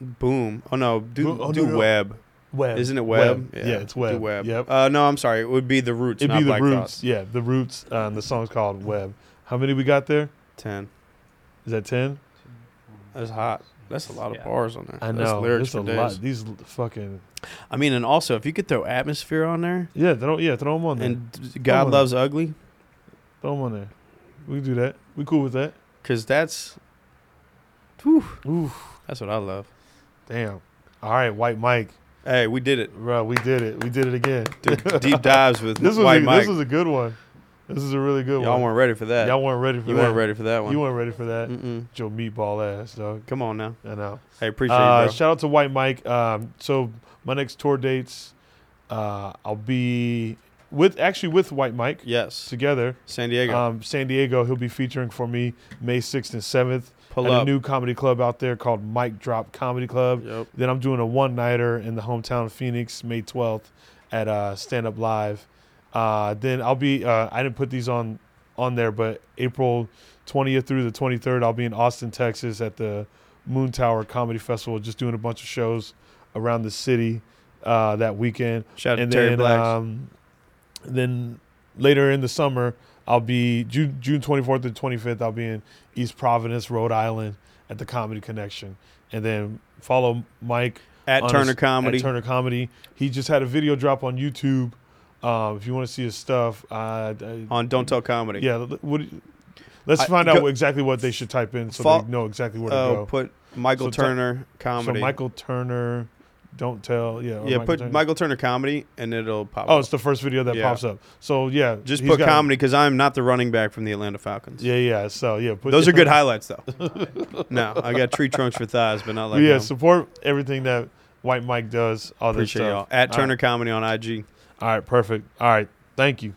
B: Boom. Oh no, do
A: Boom. Oh,
B: do
A: no, no.
B: web.
A: Web.
B: Isn't it web?
A: Yeah. it's web.
B: Do web.
A: Yep.
B: Uh, no, I'm sorry. It would be the roots.
A: It'd
B: not
A: be the
B: Black Thought.
A: roots. Yeah, the roots. Uh, and the song's called Web. How many we got there?
B: Ten.
A: Is that ten?
B: That's hot. That's a lot of
C: Yeah.
B: bars on there.
A: I
B: That's
A: know.
B: lyrics
A: There's a
B: for days.
A: lot. These l- fucking
B: I mean, and also if you could throw atmosphere on there
A: yeah. Throw yeah. Throw them on there.
B: and God
A: on.
B: loves ugly,
A: throw them on there. We can do that. We cool with that.
B: because that's
A: Ooh.
B: that's what I love.
A: Damn. All right, White Mike,
B: Hey, we did it.
A: bro. We did it. We did it again.
B: Dude, deep dives with
A: *laughs* This was
B: White
A: a,
B: Mike.
A: this was a good one. This is a really good
B: Y'all
A: one.
B: weren't ready for that.
A: Y'all weren't ready for
B: you
A: that.
B: weren't ready for that one.
A: You weren't ready for that.
B: Mm-mm.
A: Joe meatball ass dog.
B: Come on now.
A: I know.
B: Hey, appreciate
A: Uh,
B: you, bro.
A: Shout out to White Mike. Um, so my next tour dates, uh, I'll be with actually with White Mike
B: yes,
A: together.
B: San Diego.
A: Um, San Diego. He'll be featuring for me May sixth and seventh at
B: Pull
A: a
B: up.
A: new uh, comedy club out there called Mike Drop Comedy Club.
B: Yep.
A: Then I'm doing a one nighter in the hometown of Phoenix May twelfth at uh, Stand Up Live. Uh, then I'll be. Uh, I didn't put these on on there, but April 20th through the 23rd, I'll be in Austin, Texas at the Moon Tower Comedy Festival, just doing a bunch of shows around the city uh, that weekend.
B: Shout out to
A: and
B: Terry
A: then,
B: Blacks.
A: um, then later in the summer, I'll be June, June 24th and 25th, I'll be in East Providence, Rhode Island at the Comedy Connection. And then follow Mike on
B: at
A: his-
B: Turner Comedy.
A: at Turner Comedy. He just had a video drop on YouTube. Um, if you want to see his stuff, uh, I-
B: on Don't Tell Comedy.
A: yeah, l- what, do you- let's
B: I-
A: find
B: go-
A: out exactly what they should type in so
B: Fol-
A: they know exactly where to
B: Oh,
A: go.
B: put Michael
A: So t-
B: Turner Comedy.
A: So Michael Turner, don't tell. Yeah, or
B: yeah,
A: Michael
B: put
A: Turner.
B: Michael Turner Comedy, and it'll pop
A: Oh,
B: up.
A: it's the first video that
B: Yeah.
A: pops up. So yeah,
B: Just
A: he's
B: put
A: got a-
B: comedy because I'm not the running back from the Atlanta Falcons.
A: Yeah, yeah. So yeah, put,
B: Those are good highlights, though.
A: *laughs*
B: no, I got tree trunks for thighs, but not like
A: yeah,
B: them.
A: support everything that White Mike does. All this
B: Appreciate
A: stuff.
B: y'all. At
A: All
B: Turner Comedy on IG.
A: right. All right, perfect. All right, thank you.